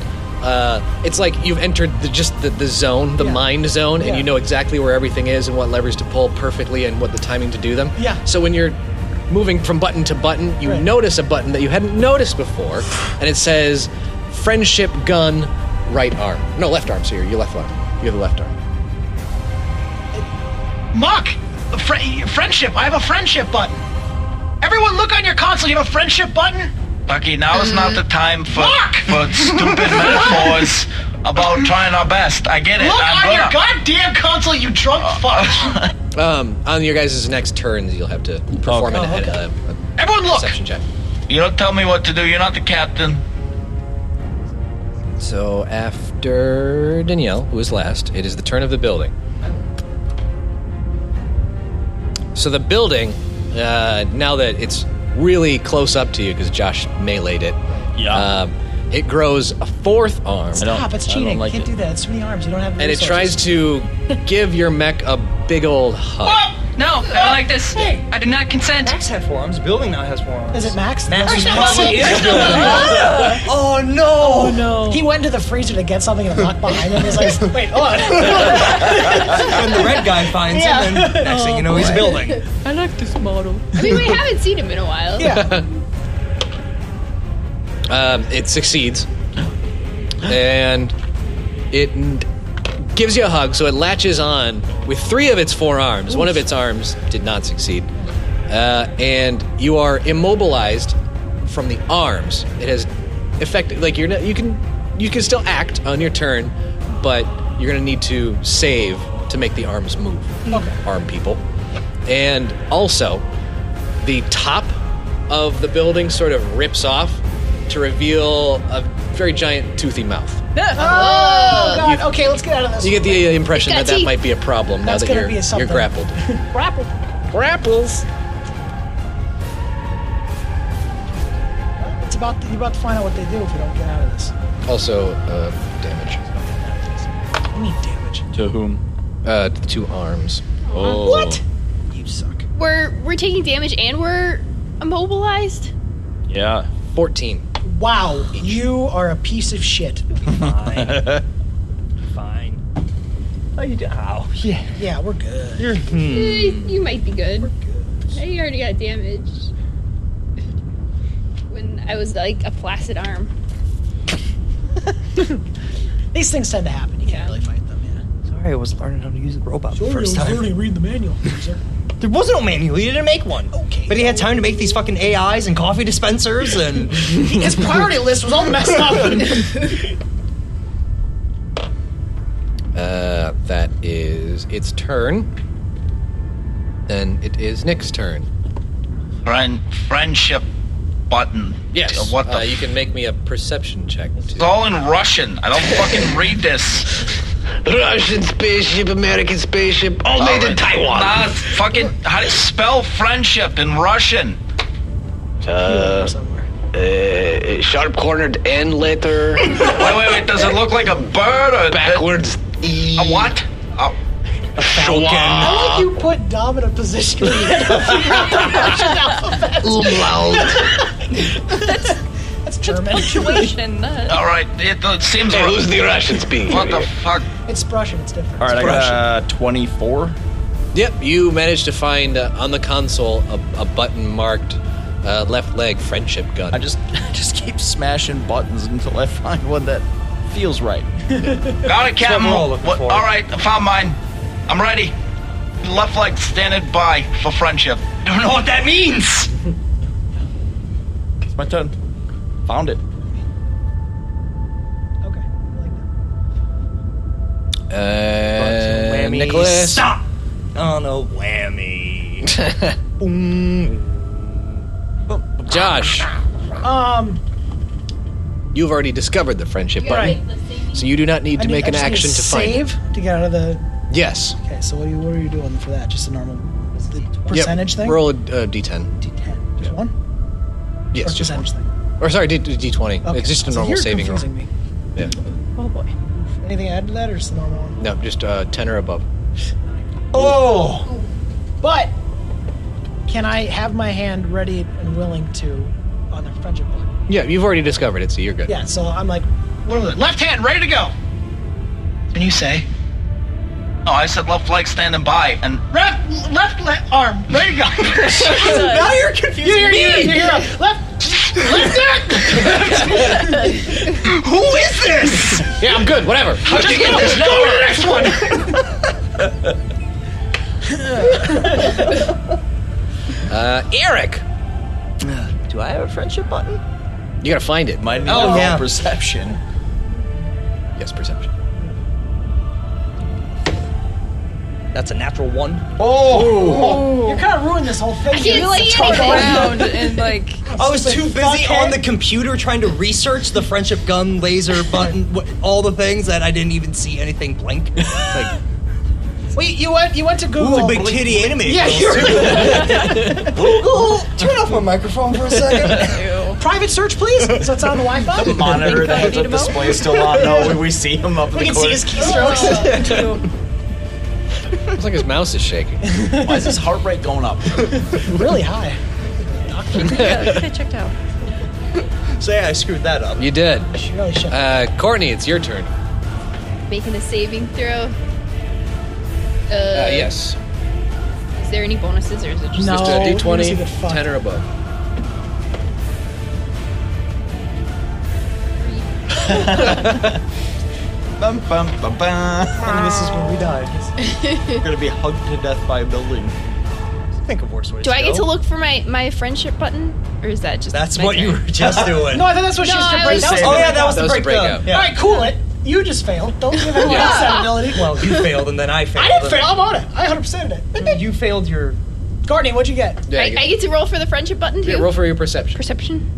uh, it's like you've entered the, just the, the zone, the
Yeah.
mind zone, and
Yeah.
you know exactly where everything is and what levers to pull perfectly and what the timing to do them.
Yeah.
So when you're moving from button to button, you
Right.
notice a button that you hadn't noticed before, and it says friendship gun, right arm. No, left arm. So you're your left arm. You have the left arm.
Muck! A fri- friendship. I have a friendship button. Everyone, look on your console. You have a friendship button?
Bucky, now is not the time for
Fuck! [LAUGHS]
for stupid metaphors about trying our best. I get it.
Look
I'm
on
gonna.
your goddamn console, you drunk
Uh,
fuck!
Um, on your guys' next turns, you'll have to perform
Oh,
an, a, a,
Everyone, look.
perception check.
[LAUGHS] You don't tell me what to do. You're not the captain.
So after Danielle, who is last, it is the turn of the building. So the building, uh, now that it's really close up to you because Josh meleeed it, yeah, um, it grows a fourth arm.
Stop, it's cheating. You can't do that. It's too many arms. You don't have the
And it
resources.
tries to give your mech a big old hug.
Oh, no, I don't like this. I do not consent. Max had four arms. Building now has four arms.
Is it Max?
Max is Max.
He is doing it. oh no! Oh no! [LAUGHS] He went to the freezer to get something and it knocked behind him. He's like, wait, hold
and the red guy finds him, and next
Oh,
thing you know, he's building.
I like this model.
I mean, we haven't seen him in a while.
Yeah. um, it succeeds, and it n- gives you a hug. So it latches on with three of its four arms. One of its arms did not succeed, uh, and you are immobilized from the arms. It has effect like you're not, you can you can still act on your turn, but you're gonna need to save to make the arms move. Okay. Arm people, and also the top of the building sort of rips off to reveal a very giant toothy mouth.
Oh, God.
You-
okay, let's get out of this.
You get the uh, impression that
It's got
that
teeth.
might be a problem
That's
now that
gonna
you're,
be a
you're
something. [LAUGHS]
grappled.
grapple. Grapples. It's about you're about to find out what they do if we don't get out of this.
Also, uh, damage.
We need damage.
To whom? Uh, to the two arms.
Oh. What?
You suck.
We're we're taking damage and we're immobilized.
Yeah. 14.
Wow, you are a piece of shit.
Fine. Fine. Oh, you do? Oh, yeah.
Yeah, we're good.
You're.
Eh, You might be good. Hey, you already got damaged. When I was like a placid arm.
These things tend to happen. You can't really fight them.
Sorry, I was learning how to use a robot for the first
I was
time.
learning reading the manual.
There was no manual. He didn't make one. Okay. But he had time to make these fucking AIs and coffee dispensers and.
His priority list was all messed up.
Uh, that is its turn. Then it is Nick's turn.
Friend, friendship button.
Yes.
What the?
uh, you can make me a perception check.
it's all in Russian. I don't [LAUGHS] fucking read this.
Russian spaceship, American spaceship, all
made in Taiwan. Nah, Uh, fucking. How do you spell friendship in Russian?
Uh, uh, sharp cornered end letter. wait,
wait, wait. Does it look like a bird or
backwards? E.
A Oh, what? A
I like you put Dom in a position where you had to figure out the Russian alphabet. That's, that's just
punctuation.
All right. It, it seems.
Hey, who's the
[LAUGHS]
Russian speaking?
What the fuck?
It's Russian. It's different.
All right, I got uh, 24.
Yep, you managed to find uh, on the console a, a button marked uh, left leg friendship gun.
I just [LAUGHS] I just keep smashing buttons until I find one that feels right.
Got it, Captain.
we're all looking
What- all right, I found mine. I'm ready. Left leg standing by for friendship. Don't know what that means.
It's my turn. Found it.
Uh,
Whammy.
Nicholas. [LAUGHS]
Stop! Oh no, whammy.
Josh,
Um,
you've already discovered the friendship
You're
button, so you do not need
I
to
need-
make
I
an
just need
action to find it.
save to get out of the.
Yes.
Okay, so what are you what are you doing for that? Just a normal the percentage
yep.
thing.
Roll a uh, d10.
Just one.
Yes,
Or
just one.
percentage thing.
Or sorry, d- d- d20. It's just a
So
normal
you're
saving roll.
confusing me.
Yeah.
Oh boy. Anything add to that or just the normal one?
No, just uh, 10 or above.
Oh.
But can I have my hand ready and willing to on the friendship board?
Yeah, you've already discovered it, so you're good.
Yeah. So I'm like, what was it? Left hand ready to go. And you say,
No, I said left leg standing by, and
left left left arm ready
[LAUGHS]
to go.
now you're confusing
You're-
me.
you're- you're up. Left. Left
Who is this?
Yeah, I'm good. Whatever.
How'd you get this number?
next one.
Uh, Eric!
Do I have a friendship button?
You gotta find it.
Might
need Oh, to roll yeah.
perception.
Yes, perception.
That's a natural one.
Oh. You're kind of ruining this whole thing.
I can't
You're,
see
talking
anything. And [LAUGHS] like,
I was too busy on the computer trying to research the friendship gun, [LAUGHS] laser button, wh- all the things that I didn't even see anything blink. It's like,
Well, you, you went you went to Google.
Ooh, big titty anime.
Yeah, you're
Google, turn off my microphone for a second.
private search, please. So it's on
[LAUGHS]
Wi-Fi.
The monitor that has the
Dynamo?
display is still on. No, we, we see him up in
We
the
can see
corner.
his keystrokes.
[LAUGHS]
It's like his mouse is shaking. [LAUGHS]
Why is his heart rate going up?
really high.
yeah, I checked out.
So yeah, I screwed that up. [LAUGHS] You did. Uh, Courtney, it's your turn. Uh,
Making a saving throw. Uh,
yes.
Is there any bonuses or is it just
Just a d20, 10 or above.
Bum, bum, bum, bum. And this is when we die. We're gonna be hugged to death by a building.
Think of worse ways.
Do I get
go.
to look for my, my friendship button, or is that just
That's
my
what
turn?
[LAUGHS] you were just doing.
No, I thought that's what she
No,
was
I
to break.
was
That was
saying-
the
Oh, yeah, that
was the That was the breakup. breakup. Yeah.
All right, cool it. You just failed. Don't give [LAUGHS] anyone else that ability.
Well, you failed, and then I failed.
I didn't fail. I'm on it. I 100 percent it.
You failed your.
Courtney, what'd you get?
Yeah,
I, I get to roll for the friendship button too.
yeah, roll for your perception.
Perception.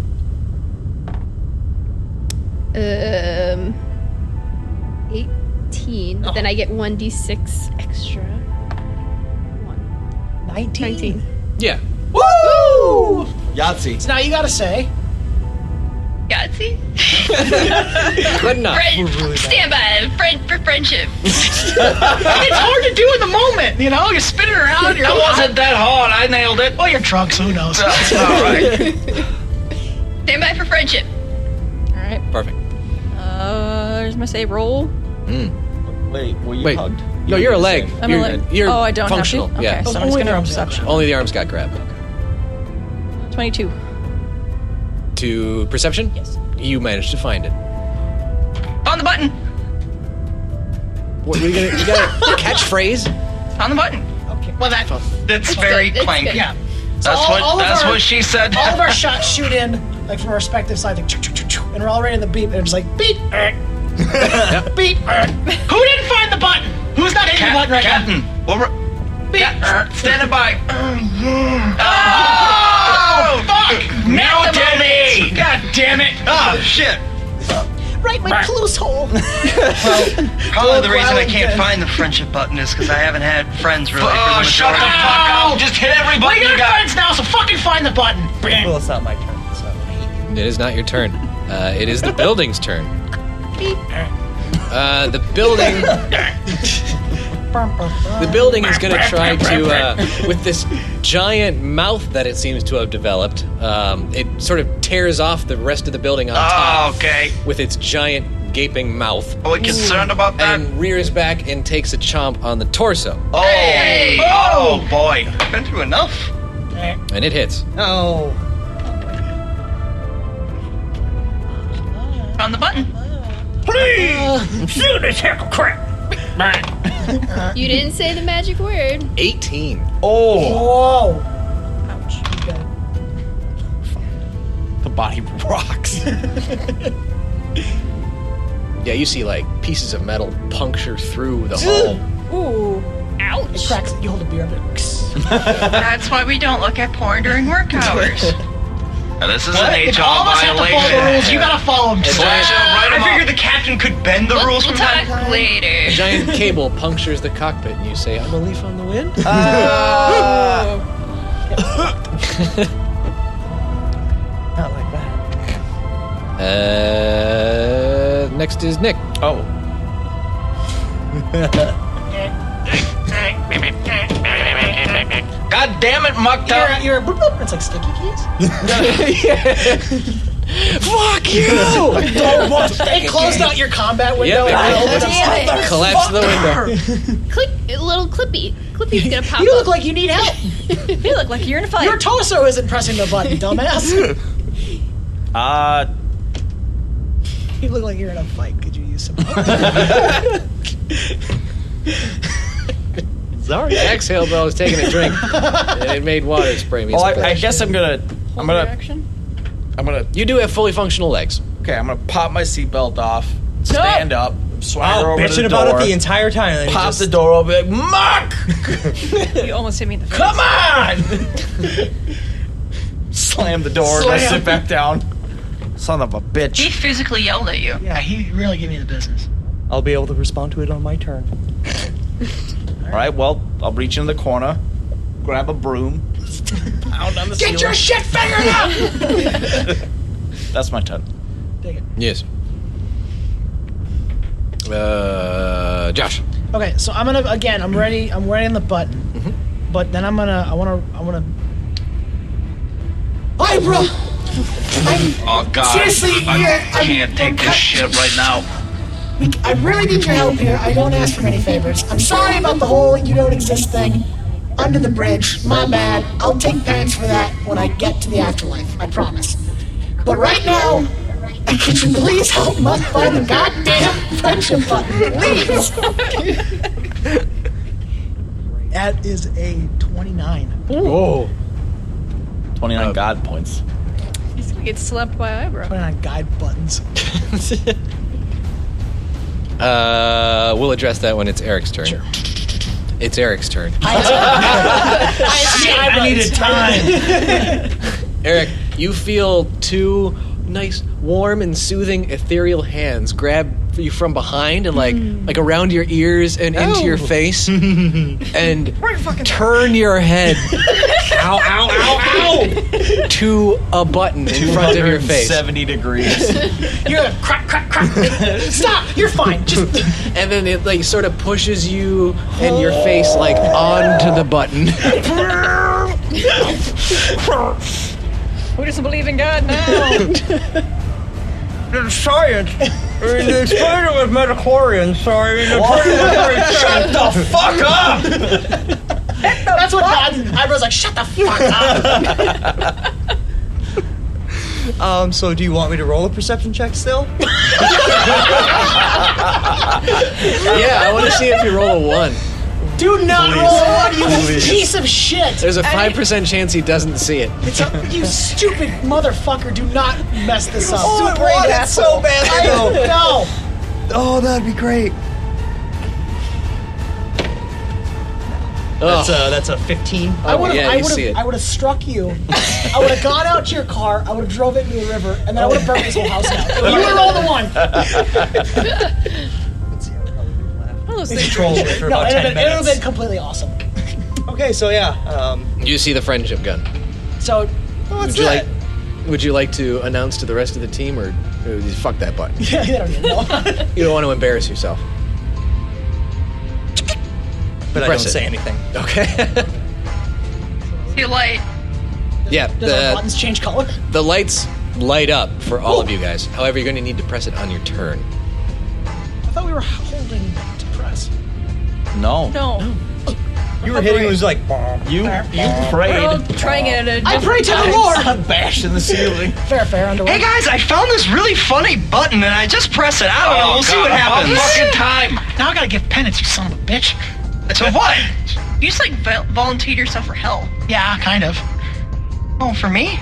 Um, eighteen. But then I get one d six extra. One.
Nineteen.
Yeah.
Woo!
Yahtzee.
So now you gotta say.
Yahtzee.
Good enough.
Friend, stand by. Friend for friendship.
it's hard to do in the moment, you know. You're spinning around. You're
That wasn't that hard. I nailed it.
Well, you're drunk, so who
[LAUGHS]
knows?
All right.
Stand by for friendship.
All right.
Perfect.
Uh, there's my save roll.
Wait, were you
Wait.
hugged?
No, you're a leg.
I'm a
you're,
leg.
You're
Oh, I don't have to?
functional.
Okay,
Yeah.
so I'm just Only gonna the roll arms got perception.
Only the arms got grabbed.
Twenty-two.
To perception? Yes. You managed to find it.
On the button.
What, we gonna, you got [LAUGHS] a catchphrase?
On the button.
Okay. Well, that
That's very
good, that's
clanky.
good. Yeah.
That's
So all-
what.
all of
that's
our-
what she said.
all of our shots shoot in like from our respective side, like, choo, choo, choo, choo, and we're all right in the beep, and it's like [LAUGHS] beep, er, beep. er. Who didn't find the button? Who's not hitting the button right
Captain. Well, we're-
now? Beep.
Ca-
er.
standing by.
Oh,
fuck! Now damn it! God damn it! Oh shit!
Right, my close [LAUGHS] hole.
Probably the reason I
growling
can't
then.
find the friendship button is because I haven't had friends really.
Oh, shut the
fuck up! Just hit every
We got friends now, so fucking find the button.
Well,
Oh,
it's not my turn. So.
It is not your turn. Uh, it is the building's turn.
Beep.
Uh, the building. the building is going to try to, uh, with this giant mouth that it seems to have developed, um, it sort of tears off the rest of the building on top.
okay.
With its giant gaping mouth.
Are we concerned about that?
And rears back and takes a chomp on the torso.
Oh, oh boy! Been through enough.
And it hits.
No.
On the button.
Please!
Shoot this heckle crap!
You didn't say the magic word.
18.
Oh. Whoa.
The body [LAUGHS] rocks.
Yeah, you see like pieces of metal puncture through the hull.
Ooh.
Ouch. It cracks. You hold a beer up. it-
That's why we don't look at porn during work hours.
Now, this is
What?
an
If
HR
all of us have to
violation.
follow the rules, you gotta follow Ah! them.
Slash, uh, right I figured the captain could bend the
We'll-
rules
we'll
from time
talk
to time.
A giant cable punctures the cockpit, and you say, "I'm a leaf on the wind."
Ah.
Not like that.
Uh, next is
[LAUGHS]
Nick. [LAUGHS] Oh.
God damn it, mucked
you're,
up.
a- you're a boop boop. It's like sticky keys.
Fuck
you!
Don't want
They closed out your combat window
Yep.
and opened
Damn
up
[LAUGHS]
it.
Collapse the window.
Click, little Clippy. Clippy's gonna pop
You
up.
look like you need [LAUGHS] help.
You look like you're in a fight.
Your torso isn't pressing the [LAUGHS] button, dumbass.
Uh,
you look like you're in a fight. Could you use some?
sorry.
I exhaled while I was taking a
[LAUGHS]
drink, and it made water spray me.
Well, I,
some
I guess I'm gonna. I'm gonna. I'm gonna.
You do have fully functional legs.
Okay, I'm gonna pop my seatbelt off, stand up, swagger
Wow,
over to
bitching
the
about
door,
it the entire time. and then
pop
just-
the door open, like, Muck!
You almost hit me in the face.
Come on! [LAUGHS] Slam the door and I
Slam.
sit back down. Son of a bitch.
He physically yelled at you.
yeah, he really gave me the business.
I'll be able to respond to it on my turn.
All
All right. Well, I'll reach in the corner, grab a broom, pound on the
Get
ceiling.
your shit figured out!
[LAUGHS] That's my turn.
Yes. Uh, Josh.
okay, so I'm gonna again. I'm ready. I'm wearing the button,
Mm-hmm.
but then I'm gonna. I wanna. I wanna. Hi, bro.
Oh god.
Seriously,
I
yeah, I'm-
can't take this shit right now.
I really need your help here. I don't ask for any favors. I'm sorry about the whole you don't exist thing. Under the bridge, my bad. I'll take thanks for that when I get to the afterlife. I promise. But right now, could you please help Mutt find the goddamn friendship button? Please. that is a 29.
Oh.
Whoa.
29 God points.
He's gonna get slapped by eyebrow.
Putting on guide buttons.
Uh, we'll address that when it's Eric's turn. Sure. It's Eric's turn.
Shit, I need a time.
Eric, you feel two nice, warm, and soothing ethereal hands grab you from behind and like like around your ears and into your
Ow.
[LAUGHS] face, and turn your head. [LAUGHS] ow! Ow! Ow! Ow! To a button in front of your face.
70 degrees.
You're like, crack, crack, crack. [LAUGHS] Stop! You're fine. Just.
and then it like sort of pushes you and your face like onto the button. [LAUGHS]
Who doesn't believe in God now?
It's science. I mean, they explained it with metachlorians, so I mean,
Shut the fuck
up!
That's what God's eyebrows like. Shut the fuck up.
Um, so do you want me to roll a perception check still?
yeah, I want to see if you roll a one.
Do
not Please.
roll a one, you
Please.
piece of shit.
There's a
And-
five percent chance he doesn't see it.
It's a, you stupid motherfucker. Do not mess this up.
Oh, I want it so badly,
I
though.
know.
oh, that'd be great. That's a that's a fifteen.
I would have. I would have. I would have struck you. I would have gone out to your car. I would have drove it into the river, and then I would have burned this whole house down. You were all the one.
Control it for
no,
about
it
ten
would have
minutes.
been completely awesome.
Okay, so yeah. Um,
You see the friendship gun.
So, [LAUGHS]
would you like? Would you like to announce to the rest of the team, or, or just fuck that button?
[LAUGHS] Yeah, I don't even know.
You don't want to embarrass yourself.
But I
Press
don't
it.
say anything.
Okay.
See light.
yeah.
Does our
The
buttons change color?
the lights light up for all of you guys. However, you're going to need to press it on your turn.
I thought we were holding to press.
No.
no.
You were hitting. It was like [LAUGHS] you. You
We're all
prayed.
trying it at a
I
different
pray to the
time.
Lord.
Bashed in the ceiling.
Fair, fair. Underwear.
Hey guys, I found this really funny button and I just press it. I don't know.
Oh,
We'll see
God,
what
I'm
happens.
fucking
time.
Now I gotta give penance, you son of a bitch.
So what?
You just like vol- volunteered yourself for hell.
Yeah, kind of.
Oh, for me?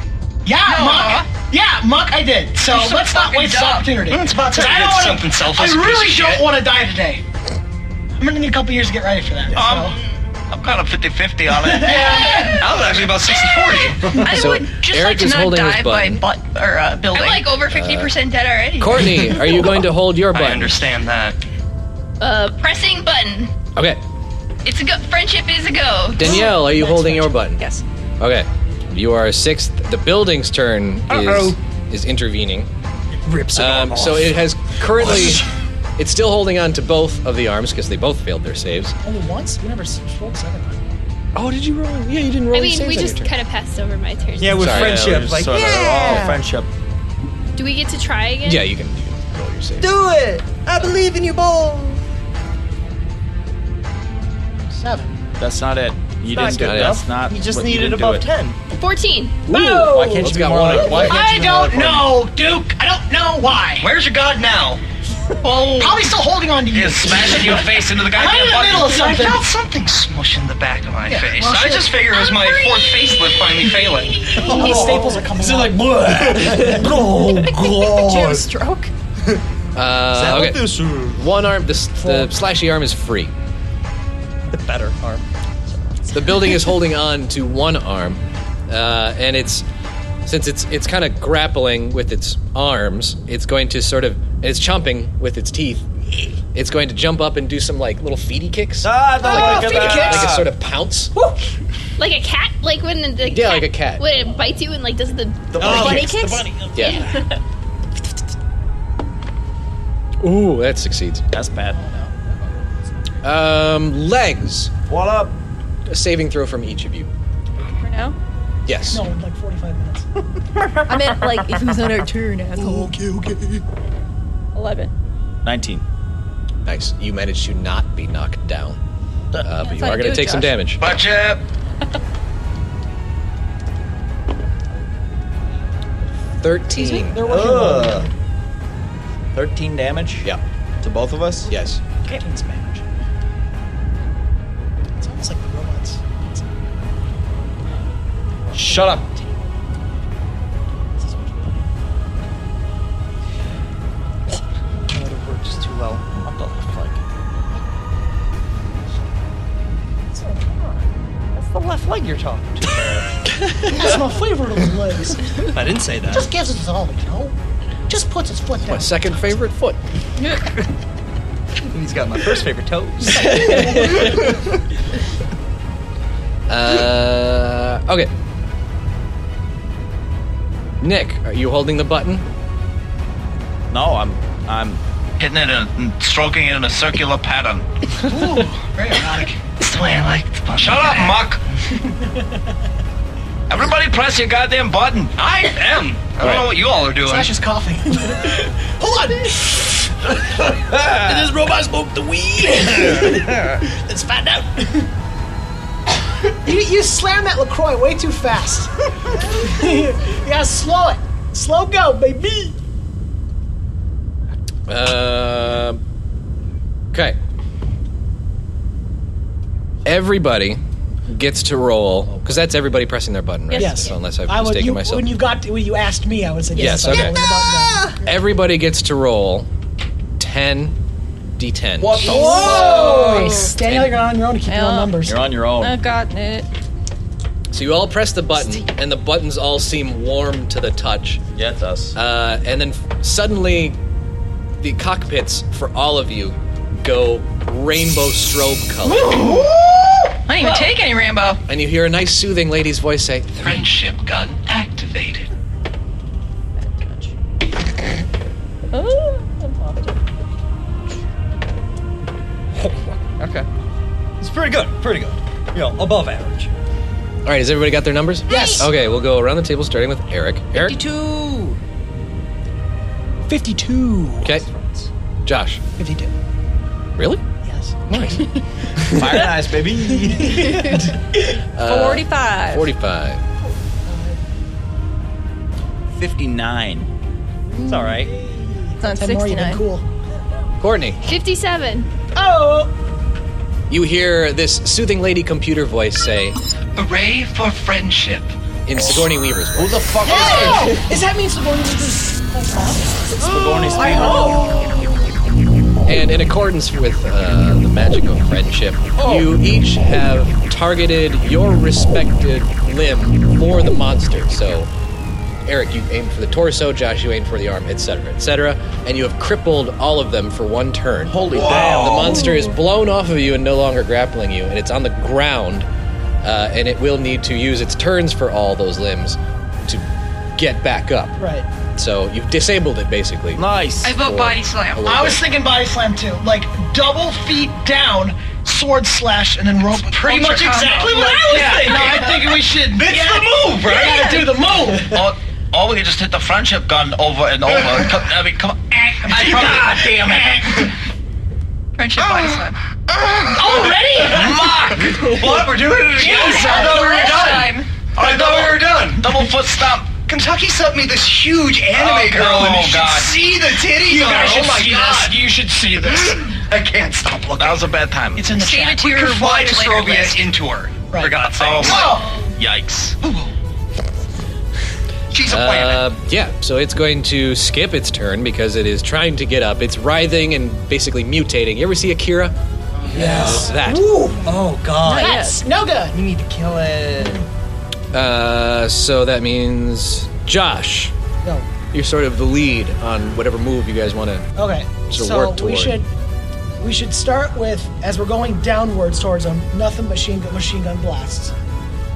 Yeah,
No.
muck. Yeah, muck. I did. So
You're so
let's not
fucking
waste this
dumb.
opportunity.
Mm, it's about
'Cause
time
I
you
don't
did
wanna-
something selfish,
I
piece
really
of
don't
shit.
want to die today. I'm gonna need a couple years to get ready for that.
Um, I'm kind of 50 50 on it. I was actually about 60 40.
I would just
Eric
like to
is
not
holding his
die by
button. Uh,
butt or uh, building.
I'm like over 50% dead already.
[LAUGHS] Courtney, are you going to hold your button? I
understand that.
Uh, pressing button.
Okay.
It's a go. Friendship is a go.
Danielle, are you holding your button?
Yes.
Okay. You are sixth. The building's turn is,
Uh-oh.
is intervening.
Rips it
Um,
off.
so it has currently. It's still holding on to both of the arms because they both failed their saves.
Only once? We never s- rolled seven.
Oh, did you roll? Yeah, you didn't roll.
I
any
mean,
saves
we
on your
just
turn.
kind of passed over my turn.
Yeah, with Sorry, friendship, yeah, we just like, sort of- yeah. oh,
friendship.
Do we get to try again?
Yeah, you can, you can roll your saves.
Do it. I believe in you, both.
Seven.
That's not it. You
That's not
didn't do it.
it.
That's not.
You just
what-
needed
didn't do
above
it.
10.
14.
Ooh, why can't you be more like? Why can't
I
you be more
don't
like Courtney?
know, Duke. I don't know why.
Where's your god now?
[LAUGHS] Oh. Probably still holding on to you.
Is smashing your face into the
I'm
goddamn
in the
button.
middle of something.
I felt something smush in the back of my
Yeah,
face.
well,
I
shit.
just figured it was my fourth facelift finally failing.
All these staples are coming.
Is it like
oh
Do you have a
god.
stroke?
Uh,
that what
okay.
this
One arm, the, s- the slashy arm is free.
The better arm.
The building is holding on to one arm, uh, and it's since it's it's kind of grappling with its arms. It's going to sort of it's chomping with its teeth It's going to jump up and do some like little feety kicks.
Ah,
don't like
feety
that.
Oh, kicks. Like a sort of pounce.
Like a cat? Like when the- the
Yeah, like a cat.
when it bites you and like does the the
bunny
bunny
kicks, the
kicks?
bunny.
[LAUGHS]
Ooh, that succeeds.
That's bad.
Um, legs.
What up?
A saving throw from each of you.
For now?
Yes.
No, in like 45 minutes. I meant like if it was on our turn, asshole. Okay, okay. 11.
19.
Nice. You managed to not be knocked
[LAUGHS]
down. Uh, but
That's
you
how
are
you
going
do
to
it,
take some
Josh.
damage.
Watch out!
[LAUGHS] Thirteen.
They're working on it. Thirteen damage.
Yeah.
To both of us.
Yes.
Caitlyn's manage. It's almost like the robots. It's-
Shut up.
No, it works too well. What the fuck? That's the left leg you're talking to.
That's my favorite of the legs.
I didn't say
Just gives us all, you know. Just puts his foot
My
down.
second favorite foot.
He's got my first favorite toes.
Uh, okay. Nick, are you holding the button?
No, I'm. I'm
hitting it and stroking it in a circular pattern.
Ooh, very erotic.
That's the way I like it. Shut up, Muck! Everybody press your goddamn button. I am. I don't know what you all are doing.
Slash is coughing. [LAUGHS] Hold on.
Ah.
this robot smoked the [LAUGHS] weed. Let's find out.
You, you slammed that LaCroix way too fast.
[LAUGHS]
you gotta slow it. Slow go, baby.
Uh, okay. Everybody gets to roll because that's everybody pressing their button, right?
Yes.
So unless I've
I would,
mistaken
you,
myself.
When you got when you asked me, I would say yes.
Yes,
I
okay.
would. No!
Everybody gets to roll 10 d10.
What the- Whoa! Nice. Daniel, you're on your own to keep your own
Yeah.
numbers.
You're on your own.
I've gotten it.
So you all press the button, and the buttons all seem warm to the touch.
Yeah, it does.
Uh, and then f- suddenly, the cockpits for all of you go rainbow strobe color.
I didn't even take any Rambo.
and you hear a nice, soothing lady's voice say,
Friendship gun activated.
Oh, I'm popped.
okay. It's pretty good. Pretty good. You know, above average.
All right, has everybody got their numbers?
Yes.
Okay, we'll go around the table starting with Eric. Eric?
52.
52.
Okay. Josh?
52.
Really?
[LAUGHS] Yes.
Nice.
Fire and ice,
[LAUGHS]
baby.
Uh,
45.
45.
59. It's all right.
It's on
Ten more, you've
69.
been cool.
Courtney?
57.
Oh!
You hear this soothing lady computer voice say,
Hooray for friendship.
in Sigourney Weaver's voice. Who the fuck
Oh! Does that mean Sigourney just
Sigourney's
I know.
And in accordance with uh, the magic of friendship, you each have targeted your respected limb for the monster. So, Eric, you aim for the torso, Josh, you aim for the arm, etc., etc., and you have crippled all of them for one turn. Holy
damn.
The monster is blown off of you and no longer grappling you, and it's on the ground, uh, and it will need to use its turns for all those limbs to get back up.
Right.
So you've disabled it, basically.
Nice.
I vote
body slam.
I was thinking body slam too. Like double feet down, sword slash, and then rope.
Pretty
Ultra
much
combo.
exactly what
Like,
I was
yeah,
thinking.
No, I think we should.
That's
yeah,
the move, right?
We gotta do the move.
Or, or we could just hit the friendship gun over and over. [LAUGHS] Co- I mean, come on. Eh, I probably, God damn it.
Friendship body slam.
Already? Mark! What? We're doing it again?
Yes,
I thought we were
last
done.
time.
I thought we were done. Double foot stomp.
Kentucky sent me this huge anime
Oh,
girl, and
oh,
you should
God.
see the titties.
You
on her.
guys should
oh my
see
God.
this. You should see this. [GASPS] I can't stop looking. That was a bad time.
It's in the
Save
chat.
it to
We
your
could fly
watch later
Nostrovia
list.
into her. For God's sake.
Oh,
Yikes.
She's a
Uh, yeah, so it's going to skip its turn because it is trying to get up. It's writhing and basically mutating. You ever see Akira? Yes. That.
Oh god.
That's no good.
You need to kill it.
Uh, so that means Josh.
No.
You're sort of the lead on whatever move you guys want to.
Okay.
So
So,
work
we
toward.
should we should start with, as we're going downwards towards them, nothing machine gun, machine gun blasts.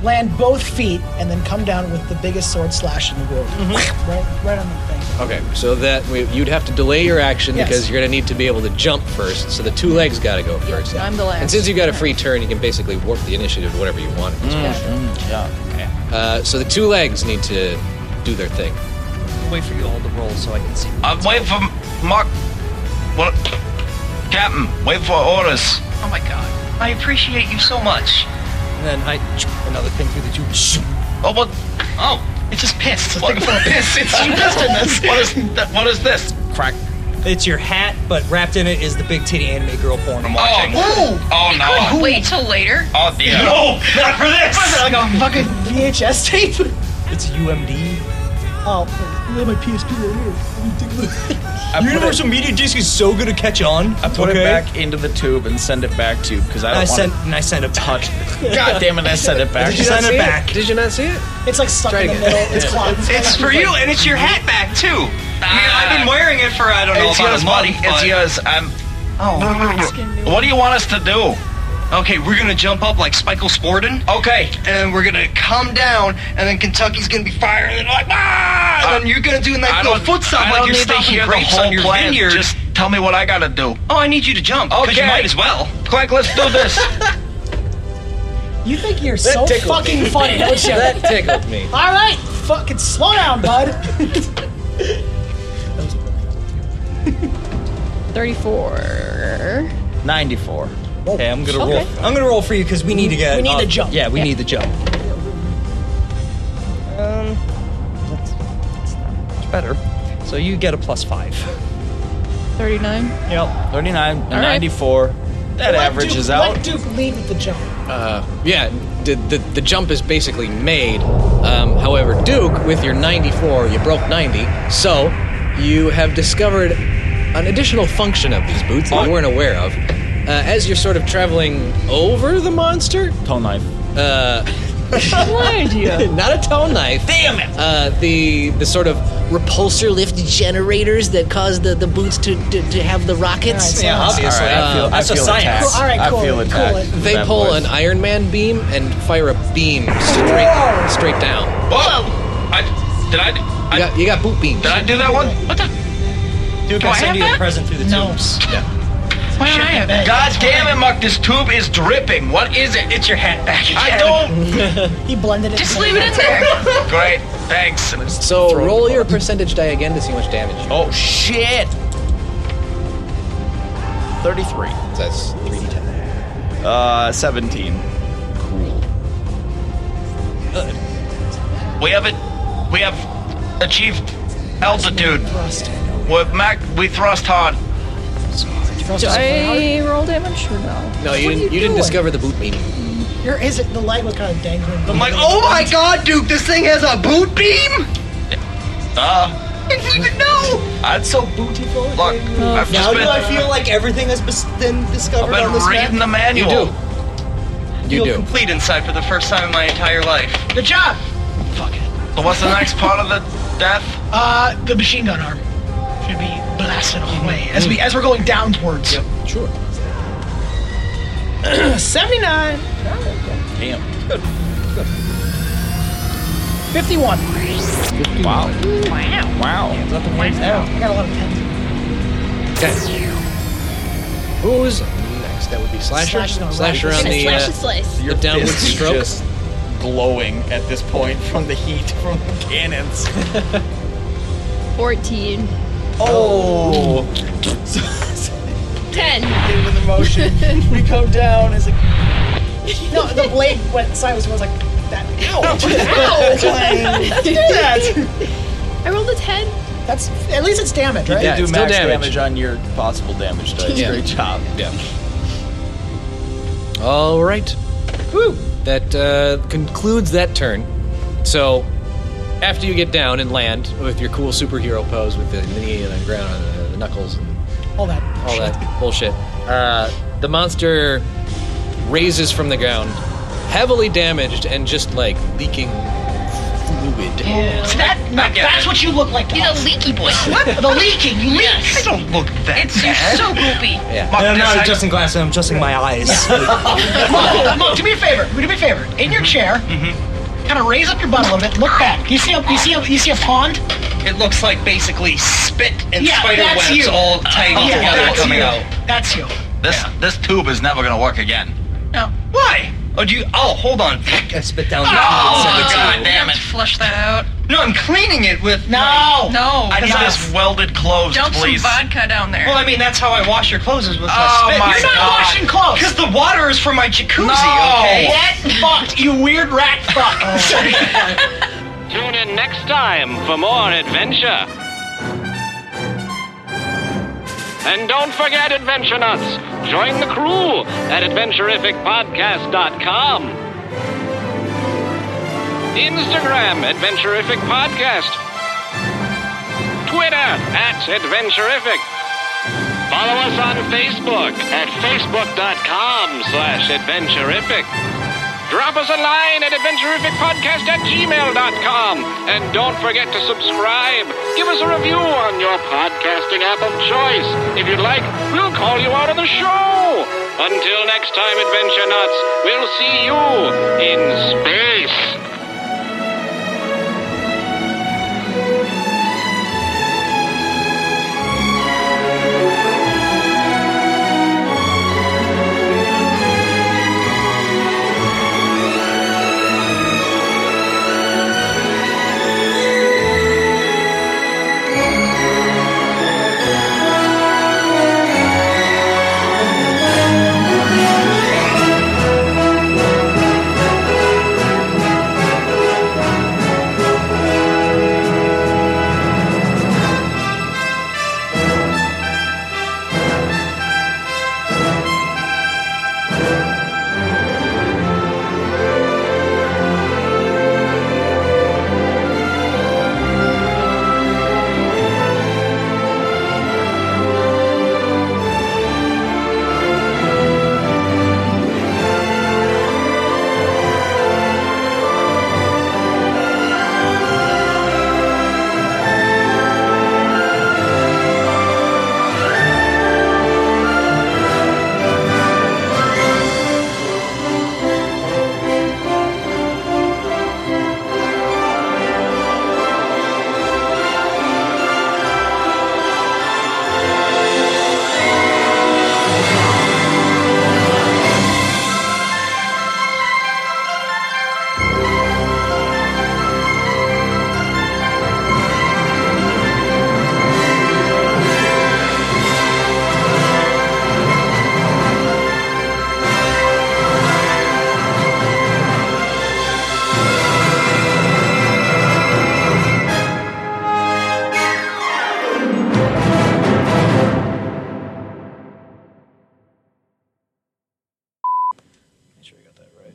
Land both feet and then come down with the biggest sword slash in the world. Right, right on the thing.
Okay, so that we, you'd have to delay your action
Yes.
because you're gonna need to be able to jump first. So the two legs gotta go first.
I'm the last.
And since you got a free turn, you can basically warp the initiative to whatever you want.
Mm.
Yeah. Okay.
Uh, so the two legs need to do their thing.
Wait for you all to roll so I can see.
I'm waiting for Mark. Well, Captain, wait for orders.
Oh my god.
I appreciate you so much.
And then I another thing through the tube.
Oh, what? Oh,
it's just pissed.
What?
thing full of
[LAUGHS]
piss. It's- you pissed in this.
What is that? What is this?
Crack. It's your hat, but wrapped in it is the big titty anime girl porn. I'm
watching.
Oh,
Oh
Couldn't
no!
wait till later.
Oh dear! No, not for this.
What is that, like a fucking VHS tape?
It's UMD.
Oh, I have my PSP right here.
Universal Media Disc is so good to catch on.
I put it back into the tube and send it back to you because I
And
don't
I sent-
want to
and I sent it touch.
God damn it! I sent it back.
[LAUGHS] Did you not see it?
Did you not see
[LAUGHS]
it?
It's like stuck in the
again.
middle. It's
Yeah.
clogged.
It's Ah. for you, and it's your hat back too. I mean, I've been wearing it for I don't know
It's
about
yours,
a month.
buddy. It's
yours. I'm. Oh. What do you want us to do? Okay, we're gonna jump up like Spikel Sporting. Okay, and we're gonna come down, and then Kentucky's gonna be firing, and like ah, and then you're gonna do a
I
nice little
don't-
foot stomp
I
like
don't
you're
need to
stomping
hear the
grapes
whole
on your
plan.
vineyard.
Just
tell me what I gotta do. Oh, I need you to jump. Okay, you
Okay.
might as well. Clank, let's do [LAUGHS] this.
You think you're
That
so
tickled
fucking
me.
funny, don't you?
That tickled me.
All right, fucking slow down, bud.
34.
94. Okay, I'm gonna roll.
Okay. I'm gonna roll for you because we need to get.
We need
uh,
the jump.
Yeah, we
Yeah.
need the jump. Um, that's, that's not much better. So you get a plus five.
39.
Yep. 39 and
All right.
94. That
Let
averages
Duke-
out.
Let Duke lead with the jump.
Uh, yeah, the, the, the jump is basically made. Um, however, Duke, with your 94, you broke 90, so you have discovered an additional function of these boots that you weren't aware of. Uh, as you're sort of traveling over the monster,
tone knife.
Uh, [LAUGHS] Not a tone knife.
Damn it!
Uh, the the sort of repulsor lift generators that cause the, the boots to, to, to have the rockets.
Yeah, obviously. All right, I feel- I feel attacked. Cool, all right, I cool, feel cool. attacked with
They
that
pull
voice.
an Iron Man beam and fire a beam straight straight down.
Whoa! I, did I?
You got, you got boot beams.
Did I do that one? What the?
Duke,
Do
I
I
send
have
you a
that?
present through the
No.
tubes. Yeah.
Why don't I have that? God damn it, Mark! This tube is dripping. What is it? It's your hat back. I don't.
[LAUGHS]
he blended it.
Just leave it in there. [LAUGHS] Great. Thanks.
So roll your percentage die again to see how much damage.
Oh shit! 33.
That's 3d10.
Uh, 17. Cool.
We have it. We have achieved altitude. We're mac. We thrust hard.
Do I roll damage or no?
No, you
What are
didn't.
you
You, didn't
doing?
discover the boot beam.
Your is it? The leg was kind of dangling.
I'm like, oh my god, Duke, this thing has a boot beam?
Uh,
I didn't even know!
I'd so
bootiful.
Look, I've
now
just
do
been-
I feel like everything has bes- been discovered
I've been
on this
reading the
map?
manual. You do.
You
Feel complete inside for the first time in my entire life.
Good job.
So what's the next part of the death?
Uh, the machine gun arm should be blasted away as we as we're going downwards. Yep,
sure.
Seventy-nine.
Damn.
Fifty-one.
Wow.
Wow.
[LAUGHS]
Wow.
[LAUGHS]
I got a lot of pens.
Okay. Who's next? That would be Slasher.
Slasher's gonna
Slasher
run.
on the,
Slash
uh,
and slice.
the
Your
downward
fist is
stroke.
just glowing at this point from the heat from the cannons.
14.
Oh.
10.
With emotion, we come down as a
No, the blade went sideways. I was like, that. Ow!
Ow!
Don't do that.
I rolled a ten.
That's at least it's damage,
You
right?
did do max damage. on your possible damage dice.
Yeah.
Great job.
All right. Woo. That uh, concludes that turn. So, after you get down and land with your cool superhero pose with the knee and the ground and the, the knuckles and
All that.
all that bullshit, uh, the monster raises from the ground, heavily damaged and just like leaking fluid.
So that
I get
That's
it.
what you look like. To
He's
us.
a leaky boy.
What? The leaking. You leak.
I don't look that
It's you're
bad.
so goopy.
Yeah.
Muck,
I'm
this
not
I-
adjusting glasses. I'm adjusting my eyes.
Look, look, do me a favor. Do me a favor. In your chair,
Mm-hmm.
kind of raise up your butt a little bit. Look back. You see a you see a you see a pond?
It looks like basically spit and
yeah,
spider
that's
webs
you.
all tangled
yeah,
together
that's
coming
you.
out.
That's you.
This this tube is never gonna work again.
No.
Why? [LAUGHS] Oh, do you? Oh, hold on.
I spit down.
Oh, god
you.
damn it!
Flush that out.
No, I'm cleaning it with. No,
No.
I need
Dump-
this welded clothes,
Dump
please.
some vodka down there.
Well, I mean, that's how I wash your clothes is with my
Oh
spit.
my You're not God.
washing clothes.
Because the water is from my jacuzzi,
No.
okay?
Get fucked, you weird rat fuck.
[LAUGHS]
Tune in next time for more adventure. And don't forget, Adventure Nuts! Join the crew at AdventurificPodcast.com. Instagram, Adventurific Podcast. Twitter, at Adventurific. Follow us on Facebook at Facebook.com slash Adventurific. Drop us a line at adventurificpodcast at gmail.com. And don't forget to subscribe. Give us a review on your podcasting app of choice. If you'd like, we'll call you out on the show. Until next time, Adventure Nuts, we'll see you in space.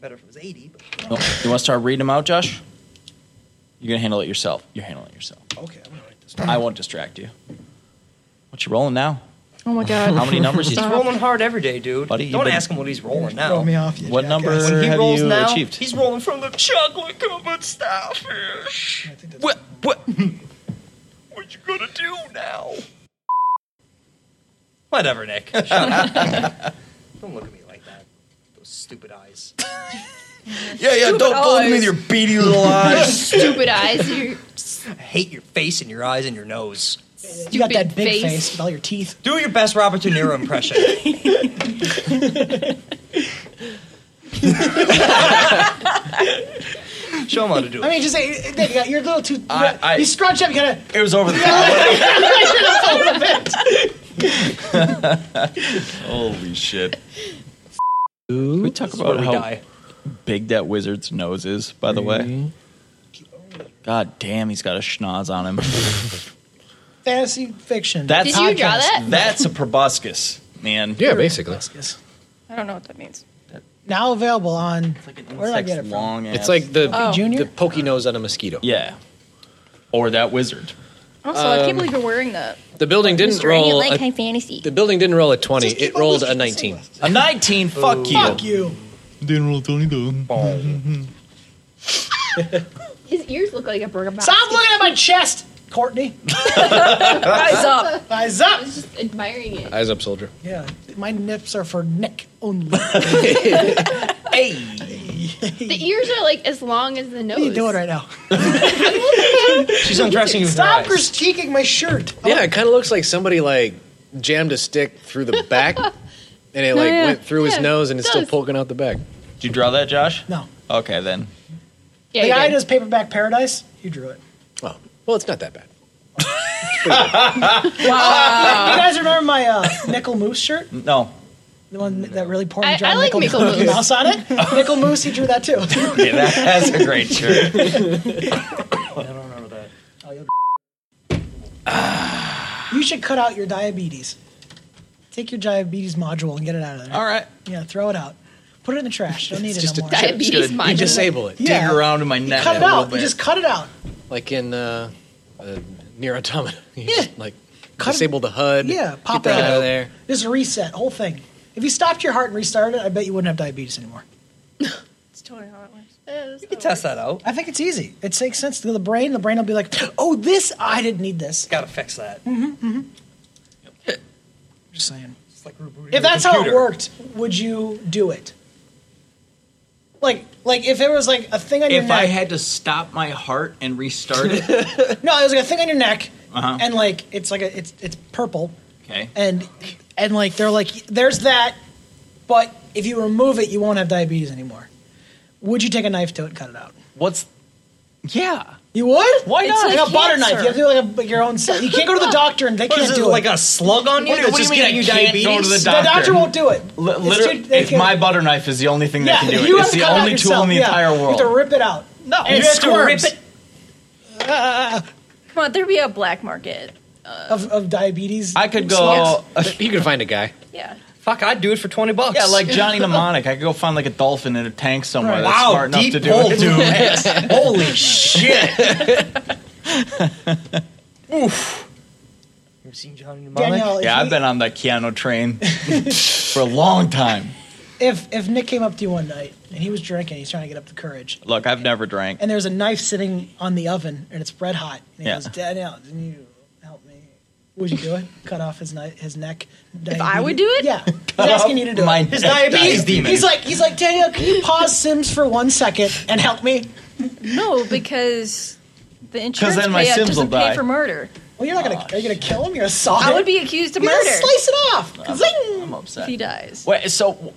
Better if it was 80. But
Oh, you want to start reading them out, Josh? You're gonna handle it yourself. You're handling it yourself.
okay. I'm
I won't distract you. What you rolling now,
Oh my god.
How many numbers
He's
Stop.
rolling hard every day, dude.
buddy? you
Don't
been-
ask him what he's rolling now.
Throw me
off.
What number
When he
have
rolls
you
now,
achieved?
he's rolling from the chocolate covered starfish. What? What?
[LAUGHS]
what you gonna do now? Whatever, Nick.
[LAUGHS]
Shut up. don't look at me like that. Those stupid eyes.
Yeah, yeah.
Stupid
Don't look at me
eyes.
with your beady little eyes.
Stupid
[LAUGHS]
eyes. You're
I hate your face and your eyes and your nose.
You got that big face. face
with all your teeth. Do your best Robert De Niro impression. Show him how to do it.
I mean, just say, Nick, you got your little tooth.
I- I-
you scrunch up, you gotta.
It was
[LAUGHS]
over the
Holy shit. Can we talk about
we
how
die.
big that wizard's nose is, by the way? God damn, he's got a schnoz on him. [LAUGHS]
Fantasy fiction.
That's That's a proboscis, man.
Yeah, basically.
I don't know what that means.
Now available on. Where did I get it from?
Long
It's
ass-
like the
Oh.
the pokey nose on a mosquito.
Yeah. Or that wizard.
Also, I can't
Um,
believe you're wearing that.
The building didn't
Mr. Ain't
roll.
like
a-
high fantasy.
the building didn't roll a twenty. It rolled a nineteen.
A nineteen. Fuck you.
you.
Didn't roll twenty though.
His ears look like a bergamot.
Stop looking at my chest, Courtney.
Eyes
up. Eyes up.
just admiring it.
Eyes up, soldier.
Yeah, my nips are for neck only.
oh.
The ears are like as long as the nose.
What are you doing right now?
She's undressing
Stop critiquing my shirt.
Yeah, it kind of looks like somebody like jammed a stick through
[LAUGHS]
the back, and it
No,
like
yeah.
went through
Yeah,
his nose, and it's
it
still
does.
poking out the back.
Did you draw that, Josh?
No.
Okay, then.
the guy who does Paperback Paradise, you drew it.
Oh, well, it's not that bad.
you guys remember my uh, Nickel Moose shirt?
No.
The one that really poor
I-
John
I like
Nickel,
Nickel
with a
Moose.
mouse on it. Nickel Moose, he drew that too.
Okay, that, that's a [LAUGHS] great shirt.
You should cut out your diabetes. Take your diabetes module and get it out of there. All
right.
Yeah, throw it out. Put it in the trash. Don't need it
just a
anymore.
chip. It's Diabetes good. You module. disable it.
Yeah.
Dig around in my
You
neck
Cut
a
it
little
out. You
bit.
just cut it out.
Like in uh, uh, Near Automata, [LAUGHS] you just like disable the HUD.
Yeah, pop
get that
it
out of there.
Just reset whole thing. If you stopped your heart and restarted it, I bet you wouldn't have diabetes anymore.
It's totally how it works.
You could test that out. I think it's easy. It makes sense to the brain. The brain will be like, "Oh, this I didn't need this." Got to fix that. hmm hmm Just saying. If that's how it worked, would you do it? Like, like if it was like a thing on your
If
neck.
I had to stop my heart and restart it,
no, it was like a thing on your neck,
Uh-huh.
and like it's like a, it's it's purple,
[LAUGHS] okay.
and and like they're like there's that, but if you remove it, you won't have diabetes anymore. Would you take a knife to it and cut it out?
What's yeah?
You would?
Why
It's
not?
Like, a butter knife. You have to do like, a, like your own. Self. You can't go to
[LAUGHS]
the doctor and they
What is
can't
it,
do it.
like a slug on you What do- that's what do just you mean I getting you can't go to diabetes? the
The
doctor?
doctor won't do it.
Li-
It's
literally,
too- they
if
can't-
my butter knife is the only thing that can do it,
you
it's
have to
the
cut it out
only tool
yourself,
in the
yeah.
entire world.
You have to rip it out.
No,
And
you
it
have to rip
squirms.
it-
Come on, there'd be a black market.
of, of diabetes.
I could go.
Slugs.
[LAUGHS]
you could find a guy.
Yeah.
Fuck, I'd do it for twenty bucks. Yeah, like Johnny [LAUGHS] Mnemonic, I could go find like a dolphin in a tank somewhere.
Right.
That's
Wow,
smart enough
deep
to do [LAUGHS]
hole,
it.
dude.
Holy [LAUGHS] shit!
Oof.
You've seen Johnny Mnemonic?
Danielle, if,
yeah,
you-
I've been on the Keanu train for a long time.
if if Nick came up to you one night and he was drinking, he's trying to get up the courage,
Look, I've never drank.
and there's a knife sitting on the oven and it's red hot, and he
Yeah.
goes, "Danielle, didn't you help me? Would you do it? [LAUGHS] Cut off his knife, his neck?
If I would do it?
[LAUGHS]
Yeah. He's asking you to do
My
it. His
neck
diabetes.
dies demon.
He's like, he's like, Danielle, can you pause Sims for one second and help me?
No, because the insurance
then my
payout
Sims will
doesn't pay
die.
for murder.
[LAUGHS] Well, you're not gonna. are you gonna kill him? You're gonna saw
I
him?
would be accused of
You're gonna
murder.
Slice it off. Zing!
I'm upset.
If he dies.
Wait, so w-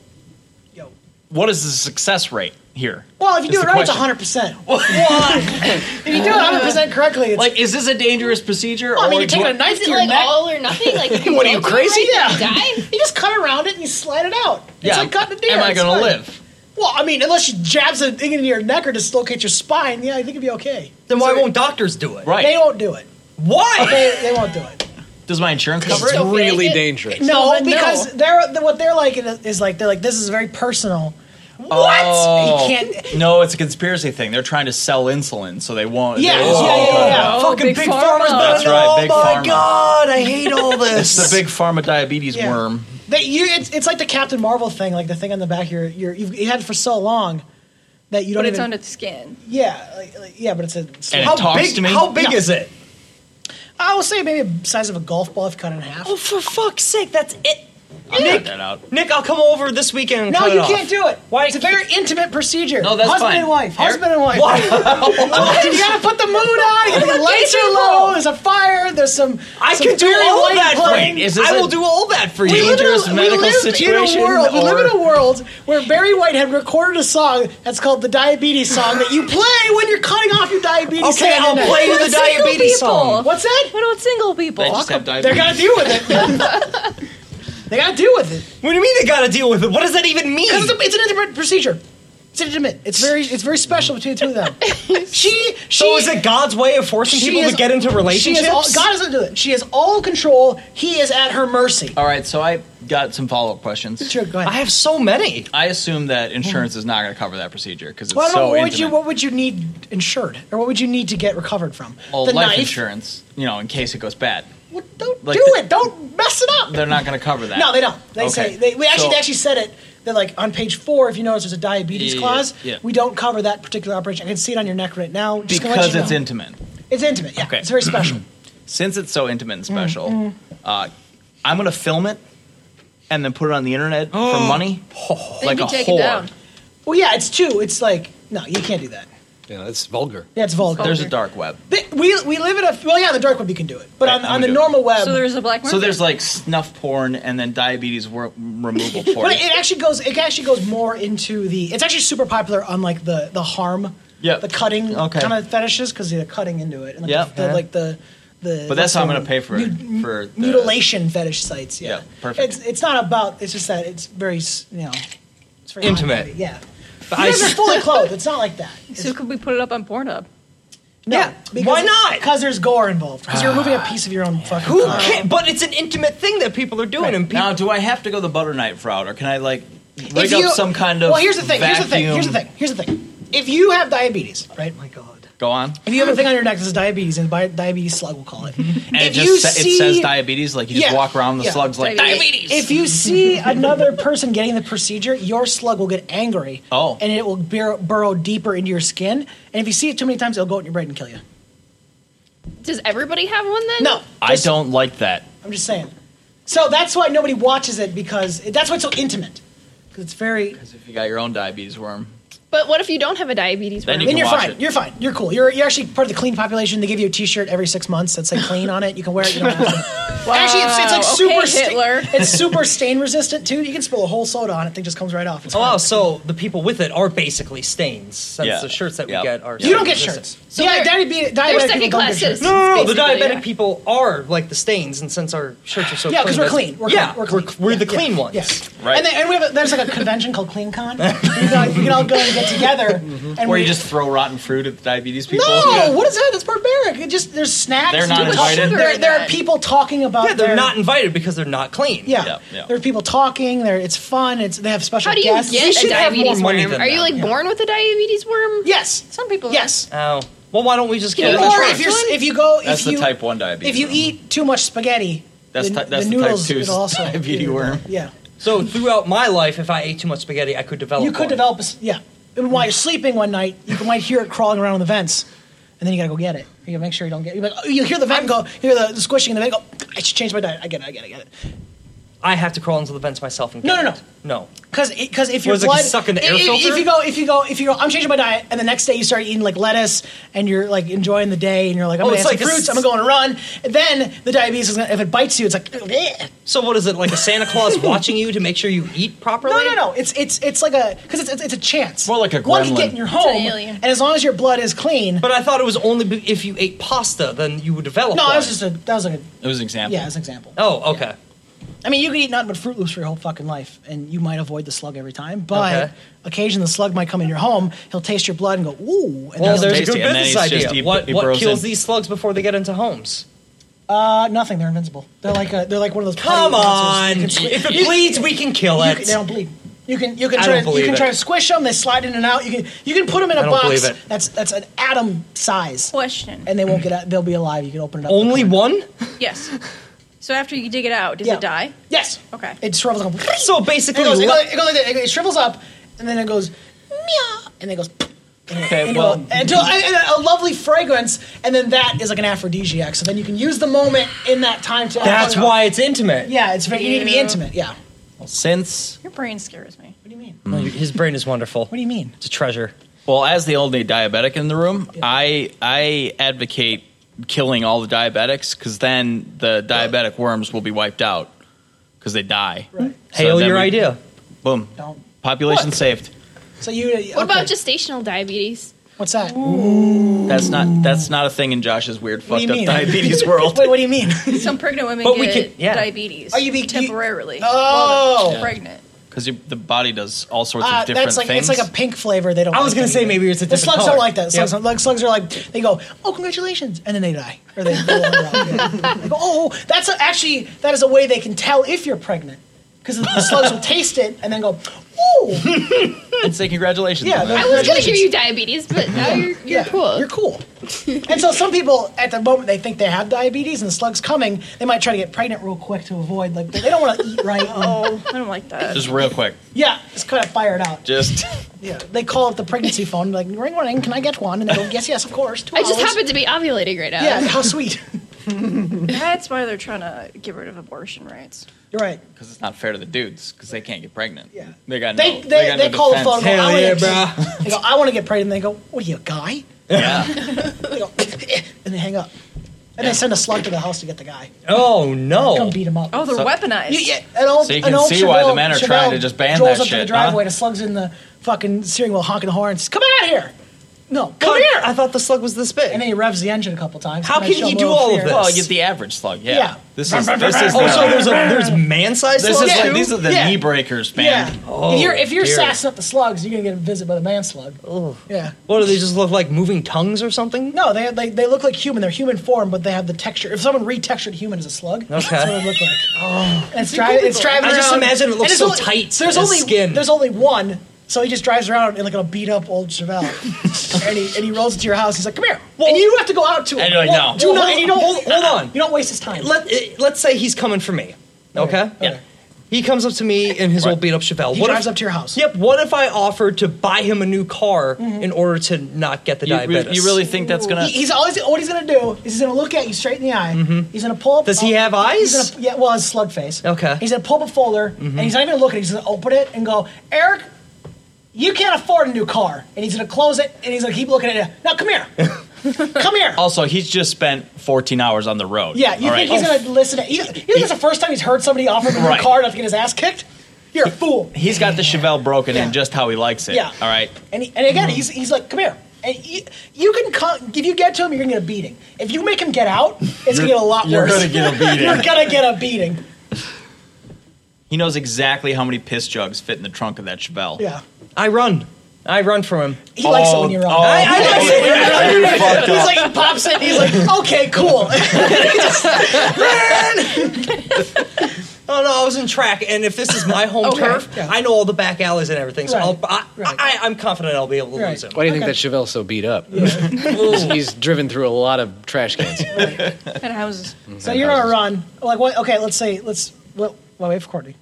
what is the success rate here?
Well, if you
Is
do it
the
right, it's
question.
100.
[LAUGHS]
percent If you do it 100 percent correctly, it's
like, is this a dangerous procedure?
Well, I mean,
or
you're
do
taking a knife
Is it
to your
like
neck.
all or nothing?
[LAUGHS]
Like if you
What are you,
roll too
crazy?
high,
Yeah.
you die?
You just cut around it and you slide it out. It's
Yeah,
like cutting a deer.
am I
It's
gonna
fine.
live?
Well, I mean, unless she jabs a thing into your neck or dislocates your spine, yeah, I think it'd be okay.
Then why won't doctors do it?
Right.
They won't do it.
Why?
They, they won't do it.
Does my insurance
It's
cover it?
so really
dangerous.
No, because they're what they're like is like they're like this is very personal. What?
Oh.
You can't.
No, it's a conspiracy thing. They're trying to sell insulin, so they won't.
Yeah,
they
yeah,
won't-
yeah, yeah, yeah. Oh
Oh,
Fucking
Big
big,
Pharma.
farmers.
That's right, Big
Oh my
Pharma.
God, I hate
[LAUGHS]
all this.
It's the big pharma diabetes
Yeah.
worm.
That you, it's, it's like the Captain Marvel thing, like the thing on the back. You're, you're you've you had it for so long that you don't.
but it's
even,
on its skin.
Yeah, like, like, yeah, but it's a.
And it talks to me? No.
it? I will say maybe the size of a golf ball if cut in half.
Oh, for fuck's sake, that's it.
I'll
Nick,
cut that out.
Nick, I'll come over this weekend. And
No,
cut
you
it
can't
off.
do it. Why? It's a very intimate procedure.
No, that's
husband
fine.
and wife.
Eric-
Husband and wife.
What?
[LAUGHS] What? Oh, You gotta put the mood on. You gotta- The lights are low. There's a fire. There's some.
I
some
can do
fairy
all
light
that for
playing.
you. I will do all that for you.
We live in a-
Dangerous
we
medical
live
situation,
In a world, we live in
or-
a world where Barry White had recorded a song that's called the diabetes song that you play when you're cutting off your diabetes.
Okay,
hand
I'll
in it.
play you
We're
the
single
diabetes
people.
song.
What's that?
What about single people?
They just have diabetes.
They're gonna deal with it. [LAUGHS] they gotta deal with it.
What do you mean they gotta deal with it? What does that even mean?
Because it's, a- it's an intimate procedure. It's intimate. It's very it's very special between the two of
[LAUGHS]
them. she she
so is it God's way of forcing
she
people
is-
to get into relationships?
She is all, God doesn't do it. She has all control. He is at her mercy.
All right, so I got some follow up questions.
Sure, go ahead.
Uh, I have so many.
I assume that insurance is not going to cover that procedure because it's
Well, I don't know,
so
what would
intimate.
you what would you need insured or what would you need to get recovered from?
well,
the
Oh, life
knife.
insurance, you know, in case it goes bad.
Don't
Like
do
the-
it. Don't mess it up.
They're not going to cover that.
No, they don't. They
Okay.
say they. We actually
So-
they actually said it that like on page four, if you notice, there's a diabetes
Yeah,
clause.
yeah.
We don't cover that particular operation. I can see it on your neck right now. Just gonna let
because
you
it's
know.
intimate.
It's intimate. Yeah, it's very special.
Since it's so intimate and special,
mm.
uh, I'm gonna film it and then put it on the internet
[GASPS]
for money,
They'd
like
be
a
taken
whore.
down. Well, yeah, it's two. It's like no, you can't do that.
Yeah, that's vulgar.
Yeah, it's vulgar.
There's a dark web.
They- we we live in a well, yeah, the dark web you can do it, but on,
I'm
on
gonna
the
do it.
normal web.
So there's
a black
So there's like snuff porn and then diabetes wor- removal porn.
[LAUGHS] But it, it actually goes. It actually goes more into the. It's actually super popular on like the the harm,
Yeah.
the cutting
Okay.
kind of fetishes because they're cutting into it and like,
Yep.
the, the- like the the.
but that's how I'm
like,
gonna pay for it. For the,
mutilation fetish sites. Yeah,
Yeah, perfect.
It's it's not about. It's just that it's very s- you know, it's very
Intimate.
hot-heavy, Yeah,
But
you
I
guys are
s-
fully clothed. It's not like that.
So could we put it up on Pornhub?
No,
Yeah,
because,
why not?
Because there's gore involved. Because you're removing a piece of your own fucking.
Who
Uh.
car.
ca-
But it's an intimate thing that people are doing. And people,
now, do I have to go the butter knife route, or can I like
If
rig
you-
up some kind of?
Well, here's the thing. Here's the thing. Here's the
vacuum?
thing. Here's the thing. If you have diabetes, right?
Go on.
If you have a thing on your neck that says diabetes, and bi- diabetes slug, we'll call it.
Mm-hmm. And
if
it just
you
sa-
see-
it says diabetes, like you just
Yeah,
walk around the
yeah.
slugs like diabetes.
If you see another person getting the procedure, your slug will get angry.
Oh.
And it will bur- burrow deeper into your skin. And if you see it too many times, it'll go in your brain and kill you.
Does everybody have one then?
No.
I don't like that.
I'm just saying. So that's why nobody watches it because that's why it's so intimate. Because it's very.
If you got your own diabetes worm,
But what if you don't have a diabetes?
Then
worm?
you can
then you're
watch
fine.
it.
You're fine. You're cool. You're, you're actually part of the clean population. They give you a T-shirt every six months that's like clean on it. You can wear it. You don't have to. Actually, it's, it's
Wow,
like super
okay,
sta-
Hitler.
it's super stain resistant too. You can spill a whole soda on it; thing just comes right off. It's
Oh,
fine.
wow, so the people with it are basically stains, since
Yeah.
the shirts that
Yep.
we get are.
You don't get
resistant.
shirts. So Yeah, they're- diabetes- they're diabetic people second don't get class shirts. citizens,
No, no, the
basically,
diabetic
yeah.
people are like the stains, and since our shirts are so
yeah,
clean,
because we're
that's-
clean. We're
yeah,
clean. We're, clean.
we're the
Yeah,
clean
yeah,
ones.
Yes.
Right.
And, then, and we have a, there's like a convention called CleanCon. We can all- we can all go and get together. And
where
we,
you just throw rotten fruit at the diabetes people.
No, what is that? That's barbaric. It just there's snacks.
They're not
and
invited.
There, there are people talking about.
Yeah, they're
their-
not invited because they're not clean.
Yeah. There are people talking. There, it's fun. It's they have special.
How do you
guests.
get a diabetes worm? Are you like born with a diabetes worm?
Yes.
Some people.
Yes.
Oh, well, why don't we just
Or
get
if you if you go if
That's the
you
type one diabetes.
if you
worm.
eat too much spaghetti,
That's
the,
ty- that's
the
the type
noodles
two [LAUGHS]
it'll also
diabetes worm?
yeah.
So throughout my life, if I ate too much spaghetti, I could develop.
Oh,
you could develop a s yeah. And while you're sleeping one night, you can might hear it crawling around in the vents, and then you gotta go get it. You gotta make sure you don't get. You're like, oh, you hear the vent go, you hear the, the squishing, and the vent go. I should change my diet. I get it. I get it. I get it.
I have to crawl into the vents myself and
No,
get
no,
it. no.
Because because if your
Was it
blood
suck in the air
if, if-
filter?
if you go if you go if you go, I'm changing my diet, and the next day you start eating like lettuce, and you're like enjoying the day, and you're like, I'm
Oh,
gonna
it's like
have some
a
fruits,
s-
I'm gonna go on a run, and then the diabetes is gonna if it bites you, it's like. "Ugh." eh."
So what is it like a Santa
[LAUGHS]
Claus watching you to make sure you eat properly?
No, no, no. It's it's it's like a because it's, it's it's a chance. More
like a
One can
gremlin.
get in your
It's an
home,
alien.
and as long as your blood is clean.
But I thought it was only be- if you ate pasta, then you would develop.
no,
one.
that was just a that was like a
It was an example.
yeah, as an example.
Oh, okay.
I mean, you could eat nothing but Fruit Loops for your whole fucking life, and you might avoid the slug every time. But
Okay.
occasionally, the slug might come in your home. He'll taste your blood and go, "Ooh!" And
well,
then
there's a
he'll-
good business
it's just
idea.
he-
what
he
what
burrows
kills
in.
these slugs before they get into homes?
Uh, nothing. They're invincible. They're like a, they're like one of those.
Come
putty
on!
monsters. You can
If
[LAUGHS] squi-
it bleeds, we can kill
you
it.
can- they don't bleed. You can you can
I
try
don't
to, you
believe
can try
it.
to squish them. They slide in and out. You can you can put them in a
I don't
box
believe it.
that's that's an atom size.
Question.
And they won't get out. They'll be alive. You can open it up.
Only one?
[LAUGHS]
Yes. So after you dig it out, does
Yeah.
it die?
Yes.
Okay.
It shrivels up.
So basically,
it goes, it,
le-
goes, it goes like that. It, it shrivels up, and then it goes meow, and then it goes.
Okay,
and
well-
go- until and- and a lovely fragrance, and then that is like an aphrodisiac. So then you can use the moment in that time to.
That's why it's intimate.
Yeah, it's very. You need to be
Ew.
intimate. Yeah.
Since
Your brain scares me. What do you mean?
No, you- his brain is wonderful. What
do you mean?
It's a treasure.
well, as the only diabetic in the room, I I advocate killing all the diabetics because then the diabetic worms will be wiped out because they die. Right.
Hail oh, your idea.
Boom.
Don't.
Population saved.
So you. uh,
What about gestational
[LAUGHS]
diabetes?
What's that?
That's not that's not a thing in Josh's weird
What do
fucked
you
up
mean?
[LAUGHS]
diabetes world.
Wait, what do you mean?
Some pregnant women
But we
get
can- yeah.
diabetes.
Oh, you be-
temporarily.
Oh.
while they're
Yeah.
pregnant.
Because the body does all sorts
Uh,
of different
that's like
things.
it's like a pink flavor. They don't.
I was
like
gonna
that
say
either.
maybe it's a
the
different
slugs
color.
don't like that. Slugs,
Yep.
don't- like, slugs are like they go, oh congratulations, and then they die,
[LAUGHS]
or oh, they. they go, oh, that's a, actually that is a way they can tell if you're pregnant because the slugs will taste it and then go,
[LAUGHS]
ooh.
and say congratulations.
Yeah,
on that.
that's-
I was gonna give you diabetes, but now you're you're
Yeah,
cool.
You're cool. and so some people at the moment they think they have diabetes and the slug's coming. They might try to get pregnant real quick to avoid like they don't want to eat
[LAUGHS]
right. oh, I don't like that.
[LAUGHS] Just real quick.
Yeah, it's kind of fired out. [LAUGHS]
Just
Yeah, they call up the pregnancy phone like ring ring. Can I get one? And they go yes yes of course. Two
I just
hours.
happen to be ovulating right now.
Yeah, [LAUGHS] how sweet.
That's why they're trying to get rid of abortion rights.
You're right.
because it's not fair to the dudes because they can't get pregnant. Yeah, they got no.
They they,
got
they
no
call the
defense.
phone. and go, I wanna get- [LAUGHS] They go I want to get pregnant. And they go what are you a guy?
Yeah.
[LAUGHS] They go, "Eh," and they hang up. And they send a slug to the house to get the guy.
Oh no!
Come beat him up.
Oh, they're
So-
weaponized.
You- yeah, an old,
So you
an
can
old
see why the
Chevelle-
men are
Chevelle
trying to just ban
Rolls
that
up to the
shit,
driveway,
huh?
the slugs in the fucking steering wheel, honking the horns. Come out here! No, come here! I
thought the slug was this big.
And then he revs the engine a couple times.
How
and I
can
show
he
him a
do
little
all of
fear.
this?
Well, you get the average slug. Yeah.
Yeah.
This is this is.
Oh,
the-
so there's a there's man-sized
This
slugs
is
too?
like, these are the
Yeah.
knee breakers, man.
Yeah.
Oh,
if you're, if you're
dear.
sassing up the slugs, you're gonna get a visit by the man slug. Oh. Yeah.
What do they just look like? Moving tongues or something?
No, they, they they look like human. They're human form, but they have the texture. If someone retextured human as a slug, that's
Okay.
what it would look like.
Oh.
And it's, driving. It's driving.
I just
around,
imagine it
and
looks
it's
so
only-
tight. as
There's only
skin.
there's only one, so he just drives around in like a beat up old
[LAUGHS]
Chevelle, and he and he rolls into your house. He's like, "Come here," and you have to go out to him.
And you're like,
Well,
"No."
do
Well,
not. and you don't
hold- hold on.
You don't waste his time.
Let eh, let's say he's coming for me. Okay. Yeah. He comes up to me in his old beat up Chevelle.
He
what
drives
if,
up to your house.
Yep. What if I offered to buy him a new car in order to not get the
Mm-hmm. You re-
diabetes?
you really think that's gonna-
He- he's always what he's gonna do is he's gonna look at you straight in the eye. He's gonna pull.
Mm-hmm.
Up,
Does he have
he's
eyes?
gonna- yeah, well, his slug face.
Okay. Mm-hmm.
He's gonna pull up a folder and he's not even gonna look at it. He's gonna open it and go, Eric, you can't afford a new car. And he's gonna close it and he's gonna keep looking at it. Now
[LAUGHS]
come here. come here.
Also, he's just spent 14 hours on the road.
Yeah, you
all right?
think
Oh,
he's gonna listen? To, you, you think it's the first time he's heard somebody offer him a new
Right.
car enough to get his ass kicked? You're a fool.
He's got the Chevelle broken in just how he likes it.
Yeah.
All right.
And, he, and again,
Mm.
he's, he's like, come here. And you, you can come, if you get to him, you're gonna get a beating. If you make him get out, it's gonna
You're-
get a lot
you're
worse.
gonna get a beating.
[LAUGHS] you're gonna get a beating.
He knows exactly how many piss jugs fit in the trunk of that Chevelle.
Yeah.
I run. I run from him.
Oh,
He likes it when you're wrong. [LAUGHS]
I, I like it when you're
He's
wrong.
like, he pops it. He's like, okay, cool. [LAUGHS]
Oh no, I was in track, and if this is my home
Okay.
turf, I know all the back alleys and everything. So
Right.
I'll, I, I, I'm confident I'll be able to
Right.
lose him.
Why do you think that Chevelle's so beat up? [LAUGHS] he's, he's driven through a lot of trash cans.
And houses.
Mm.
so you're on a run. Like, what? Okay, let's say, let's well, well, wait for Courtney.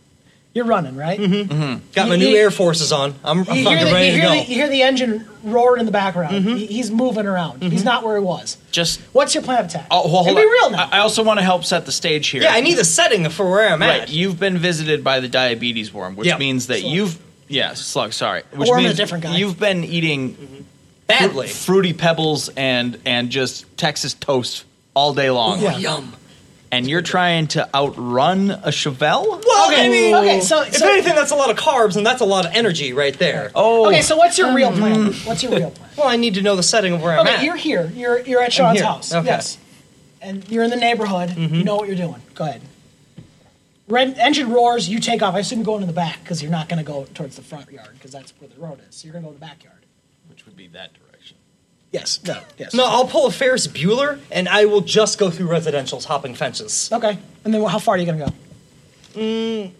You're running, right? Mm-hmm.
Got my
You-
new
you-
Air Forces on. I'm, I'm
You
fucking
hear, the, you,
ready to
hear
go.
the, you hear the engine roaring in the background.
Mm-hmm.
He- he's moving around. He's not where he was.
Just.
What's your plan of attack?
Mm-hmm. Oh, well, hold
It'd be
on.
real now.
I, I also want to help set the stage here.
Yeah, I need a setting for where I'm
Right.
at.
You've been visited by the diabetes worm, which
Yeah.
means that you've. Yeah, slug, sorry. Which
worm is
means
a different guy. Mm-hmm.
You've been eating.
Badly.
fru- fruity pebbles and and just Texas toast all day long.
Ooh, Yeah. yum.
And you're trying to outrun a Chevelle?
Well, I mean,
Okay, so-
if
so-
anything, that's a lot of carbs and that's a lot of energy right there.
Oh,
Okay, so what's your real plan? What's your real plan?
Well, I need to know the setting of where I'm
okay,
at.
you're here. You're you're at
I'm
Sean's
here.
house.
Okay.
Yes. And you're in the neighborhood. You know what you're doing. Go ahead. Red engine roars. You take off. I assume you're going to the back because you're not going to go towards the front yard because that's where the road is. So you're going to go to the backyard.
Which would be that direction.
Yes. No. Yes.
No, I'll pull a Ferris Bueller and I will just go through residential's hopping fences.
Okay. And then wh- how far are you going to go?
Mm,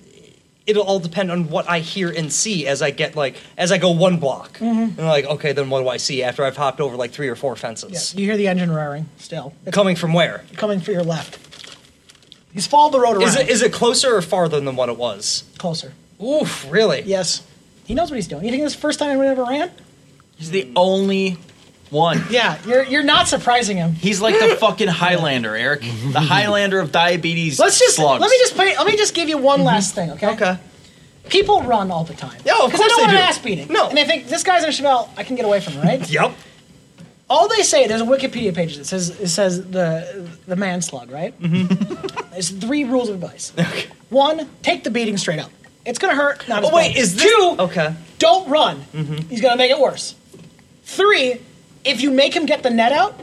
it'll all depend on what I hear and see as I get like as I go one block.
Mm-hmm.
And like, okay, then what do I see after I've hopped over like three or four fences?
Yes. You hear the engine roaring still. It's
Coming from where?
coming for your left. He's followed the road around.
Is it is it closer or farther than what it was?
closer?
Oof, really?
Yes. He knows what he's doing. You think this is the first time anyone ever ran?
He's the only one.
Yeah. You're you're not surprising him.
He's like
[GASPS]
the fucking Highlander, Eric.
[LAUGHS]
The Highlander of diabetes.
Let's just
slugs.
let me just play, let me just give you
Mm-hmm.
one last thing, okay? Okay. People run all the time.
No, of course
Because they don't
they
want an
do.
ass beating. No, and they think this guy's in a Chevelle. I can get away from him,
[LAUGHS]
right?
Yep.
All they say there's a Wikipedia page that says it says the the man slug, right?
Mm-hmm.
[LAUGHS] There's three rules of advice. One, take the beating straight up. It's gonna hurt. Not as
Oh wait,
bad.
is this
two?
Okay. Mm-hmm.
Don't run. He's gonna make it worse. Three, if you make him get the net out,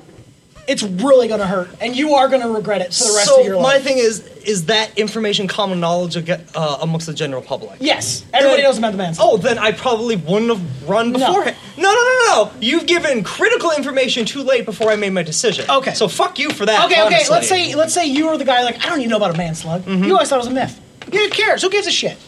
it's really gonna hurt, and you are gonna regret it for the rest
so
of your life.
my thing is, is that information common knowledge aga- uh, amongst the general public?
Yes, everybody
Then-
knows about the man slug.
Oh, then I probably wouldn't have run
No.
beforehand. No, no, no, no, no. You've given critical information too late before I made my decision. Okay. So fuck you for that.
Okay, okay.
honestly. Mm-hmm.
Let's say let's say you were the guy like I don't even know about a man slug. You always thought it was a myth. Who cares? Who gives a shit?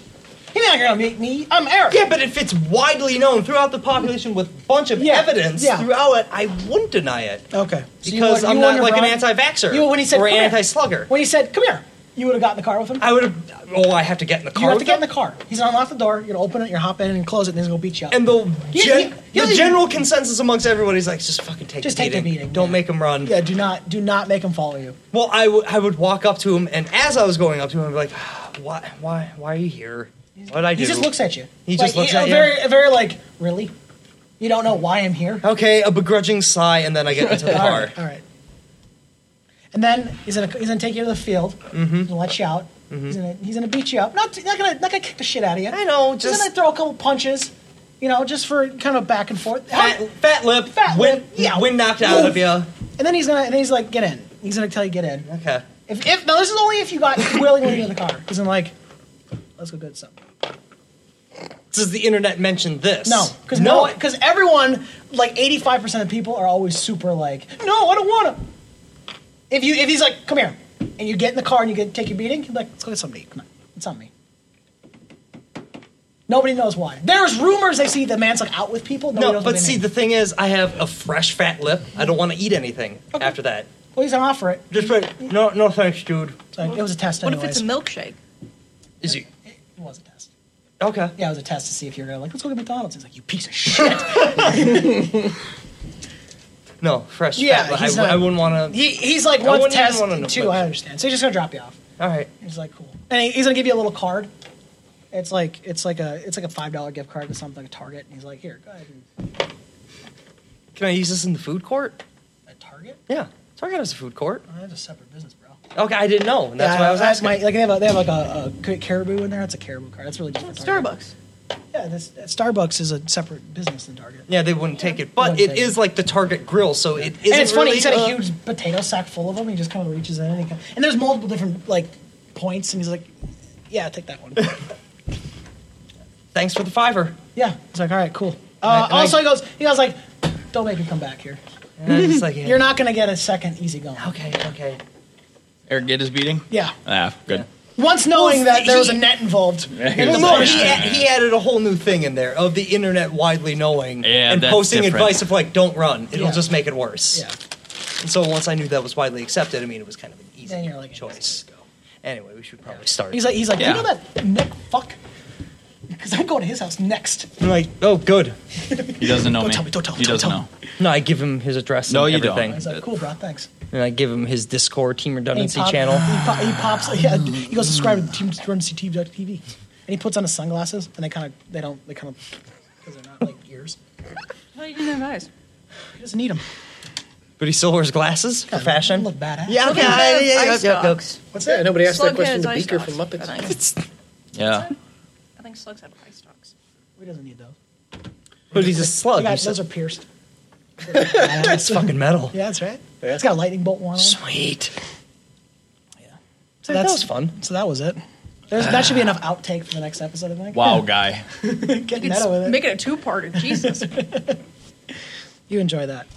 You're not gonna make me. I'm Eric.
Yeah, but if it's widely known throughout the population with a bunch of evidence
yeah.
throughout it, I wouldn't deny it.
Okay. So you
Because
would-
I'm
you
not
wouldn't
like
have
an
run-
anti-vaxxer
You when he said
or
"Come here,"
anti-slugger.
When he said, "Come here," you would have got in the car with him.
I would have. Oh, I have to get in the
You
car.
have
with
to get in the car. He's gonna unlock the door. You're gonna open it. You're gonna hop in and close it. and He's gonna beat you up.
And the gen-
yeah,
the
yeah.
general consensus amongst everybody is like, just fucking take
Just
the
take the
beating. Don't make him run.
yeah, do not do not make him follow you.
Well, I would I would walk up to him, and as I was going up to him, I'd be like, "Ah, why why why are you here? What did I do?
He just looks at you.
He just
Like,
looks
a
at you.
Very, a very like really. You don't know why I'm here.
Okay, a begrudging sigh, and then I get into the
[LAUGHS] All
car.
right, all right. And then he's gonna he's gonna take you to the field. He's gonna let you out. He's gonna he's gonna beat you up. Not not gonna not gonna kick the shit out of you. Mm-hmm. I know. Just he's gonna throw a couple punches. You know, just for kind of back and forth.
Fat, fat lip.
Fat
wind,
lip, yeah.
Wind knocked out of you.
And then he's gonna and then he's like, get in. He's gonna tell you get in.
Okay.
If if no, this is only if you got willingly into the car. He's gonna like, let's go get some.
Does the internet mention this?
No, because no, because everyone, like eighty-five percent of people, are always super like, no, I don't want to. If you, if he's like, come here, and you get in the car and you get take your beating, he's like, let's go get something to eat. Come on, it's on me. Nobody knows why. There's rumors they see the man's like out with people. Nobody
No,
knows what
but
they
see,
mean.
the thing is, I have a fresh fat lip. I don't want to eat anything after that.
well, he's gonna offer it.
Just like, no, no thanks, dude.
It's like, it was a test.
What
Anyways.
if it's a milkshake?
Is he?
It was a test.
Okay.
Yeah, it was a test to see if you're gonna like, let's go get McDonald's. He's like, you
[LAUGHS]
piece of shit.
No, fresh
Yeah,
fat lip. I,
he's
w-
not-
I wouldn't want to.
he, he's like,
I
what's
wouldn't even
test
wanna know
two?
much.
I understand. So he's just gonna drop you off.
All right.
He's like, cool. And he- he's gonna give you a little card. It's like it's like a it's like a five dollar gift card to something like Target. And he's like, here, go ahead. And
Can I use this in the food court?
At Target?
Yeah. Target has a food court.
I have a separate business, bro.
Okay, I didn't know. and That's why I was asking.
My, like they have a, they have like a, a caribou in there. That's a caribou card. That's really just for Target.
Starbucks.
Yeah, that's, that Starbucks is a separate business than Target.
Yeah, they wouldn't take it, but it is like the Target grill, so it isn't
and it's funny.
really,
He's got a
uh,
huge potato sack full of them. He just kind of reaches in and he kind and there's multiple different like points, and he's like, yeah, take
[LAUGHS]
that one.
Thanks for the fiver.
yeah, it's like all right, cool.
I-
Uh,
and I-
also, he goes, he goes like, don't make me come back here.
And I just like, yeah.
[LAUGHS] You're not gonna get a second easy going.
Okay, okay.
Eric get his beating?
Yeah.
Ah, good.
Once knowing that there was a
he-
net
[LAUGHS]
involved.
Yeah, he
It
was
was
like-
No, he, a- he added a whole new thing in there of the internet widely knowing
Yeah,
and
that's
posting
different.
advice of like, don't run. It'll
Yeah.
just make it worse.
Yeah.
And so once I knew that was widely accepted, I mean, it was kind of an easy
Then you're like,
choice. Anyway, we should probably start.
he's like, he's like,
Yeah.
you know that neck fuck? Because I'm going to his house next.
I'm like, oh, good.
He doesn't know
Don't
me.
tell me, don't tell me,
He
don't
doesn't
tell
know.
No, I give him his address.
No,
and
you don't.
everything.
He's like, cool, bro, thanks.
And I give him his Discord team
And
redundancy
pop-
channel.
He, pop, he pops. Yeah, he goes subscribe to Team Redundancy TV, and he puts on his sunglasses, and they kind of they don't they kind of because they're not like ears.
Why do you didn't have eyes?
He doesn't need them.
But he still wears glasses for fashion.
Look badass.
Yeah, okay. Yeah, yeah, yeah, yeah, yeah.
What's that? nobody asked that
Slug
question
has
to
ice
Beaker
dogs.
from Muppets.
I think-
[LAUGHS] Yeah.
I think slugs have eye stalks.
He doesn't need those.
But he's a slug.
They got-
He's
those
a-
are pierced.
[LAUGHS] That's fucking metal.
Yeah, that's right. It's got a lightning bolt one.
Sweet. Yeah.
So
that
that's-
was fun.
So that was it. There's, that should be enough outtake for the next episode, I think.
Wow, guy.
Get meta with
[LAUGHS]
it.
Make it a two-parter. Jesus.
You enjoy that.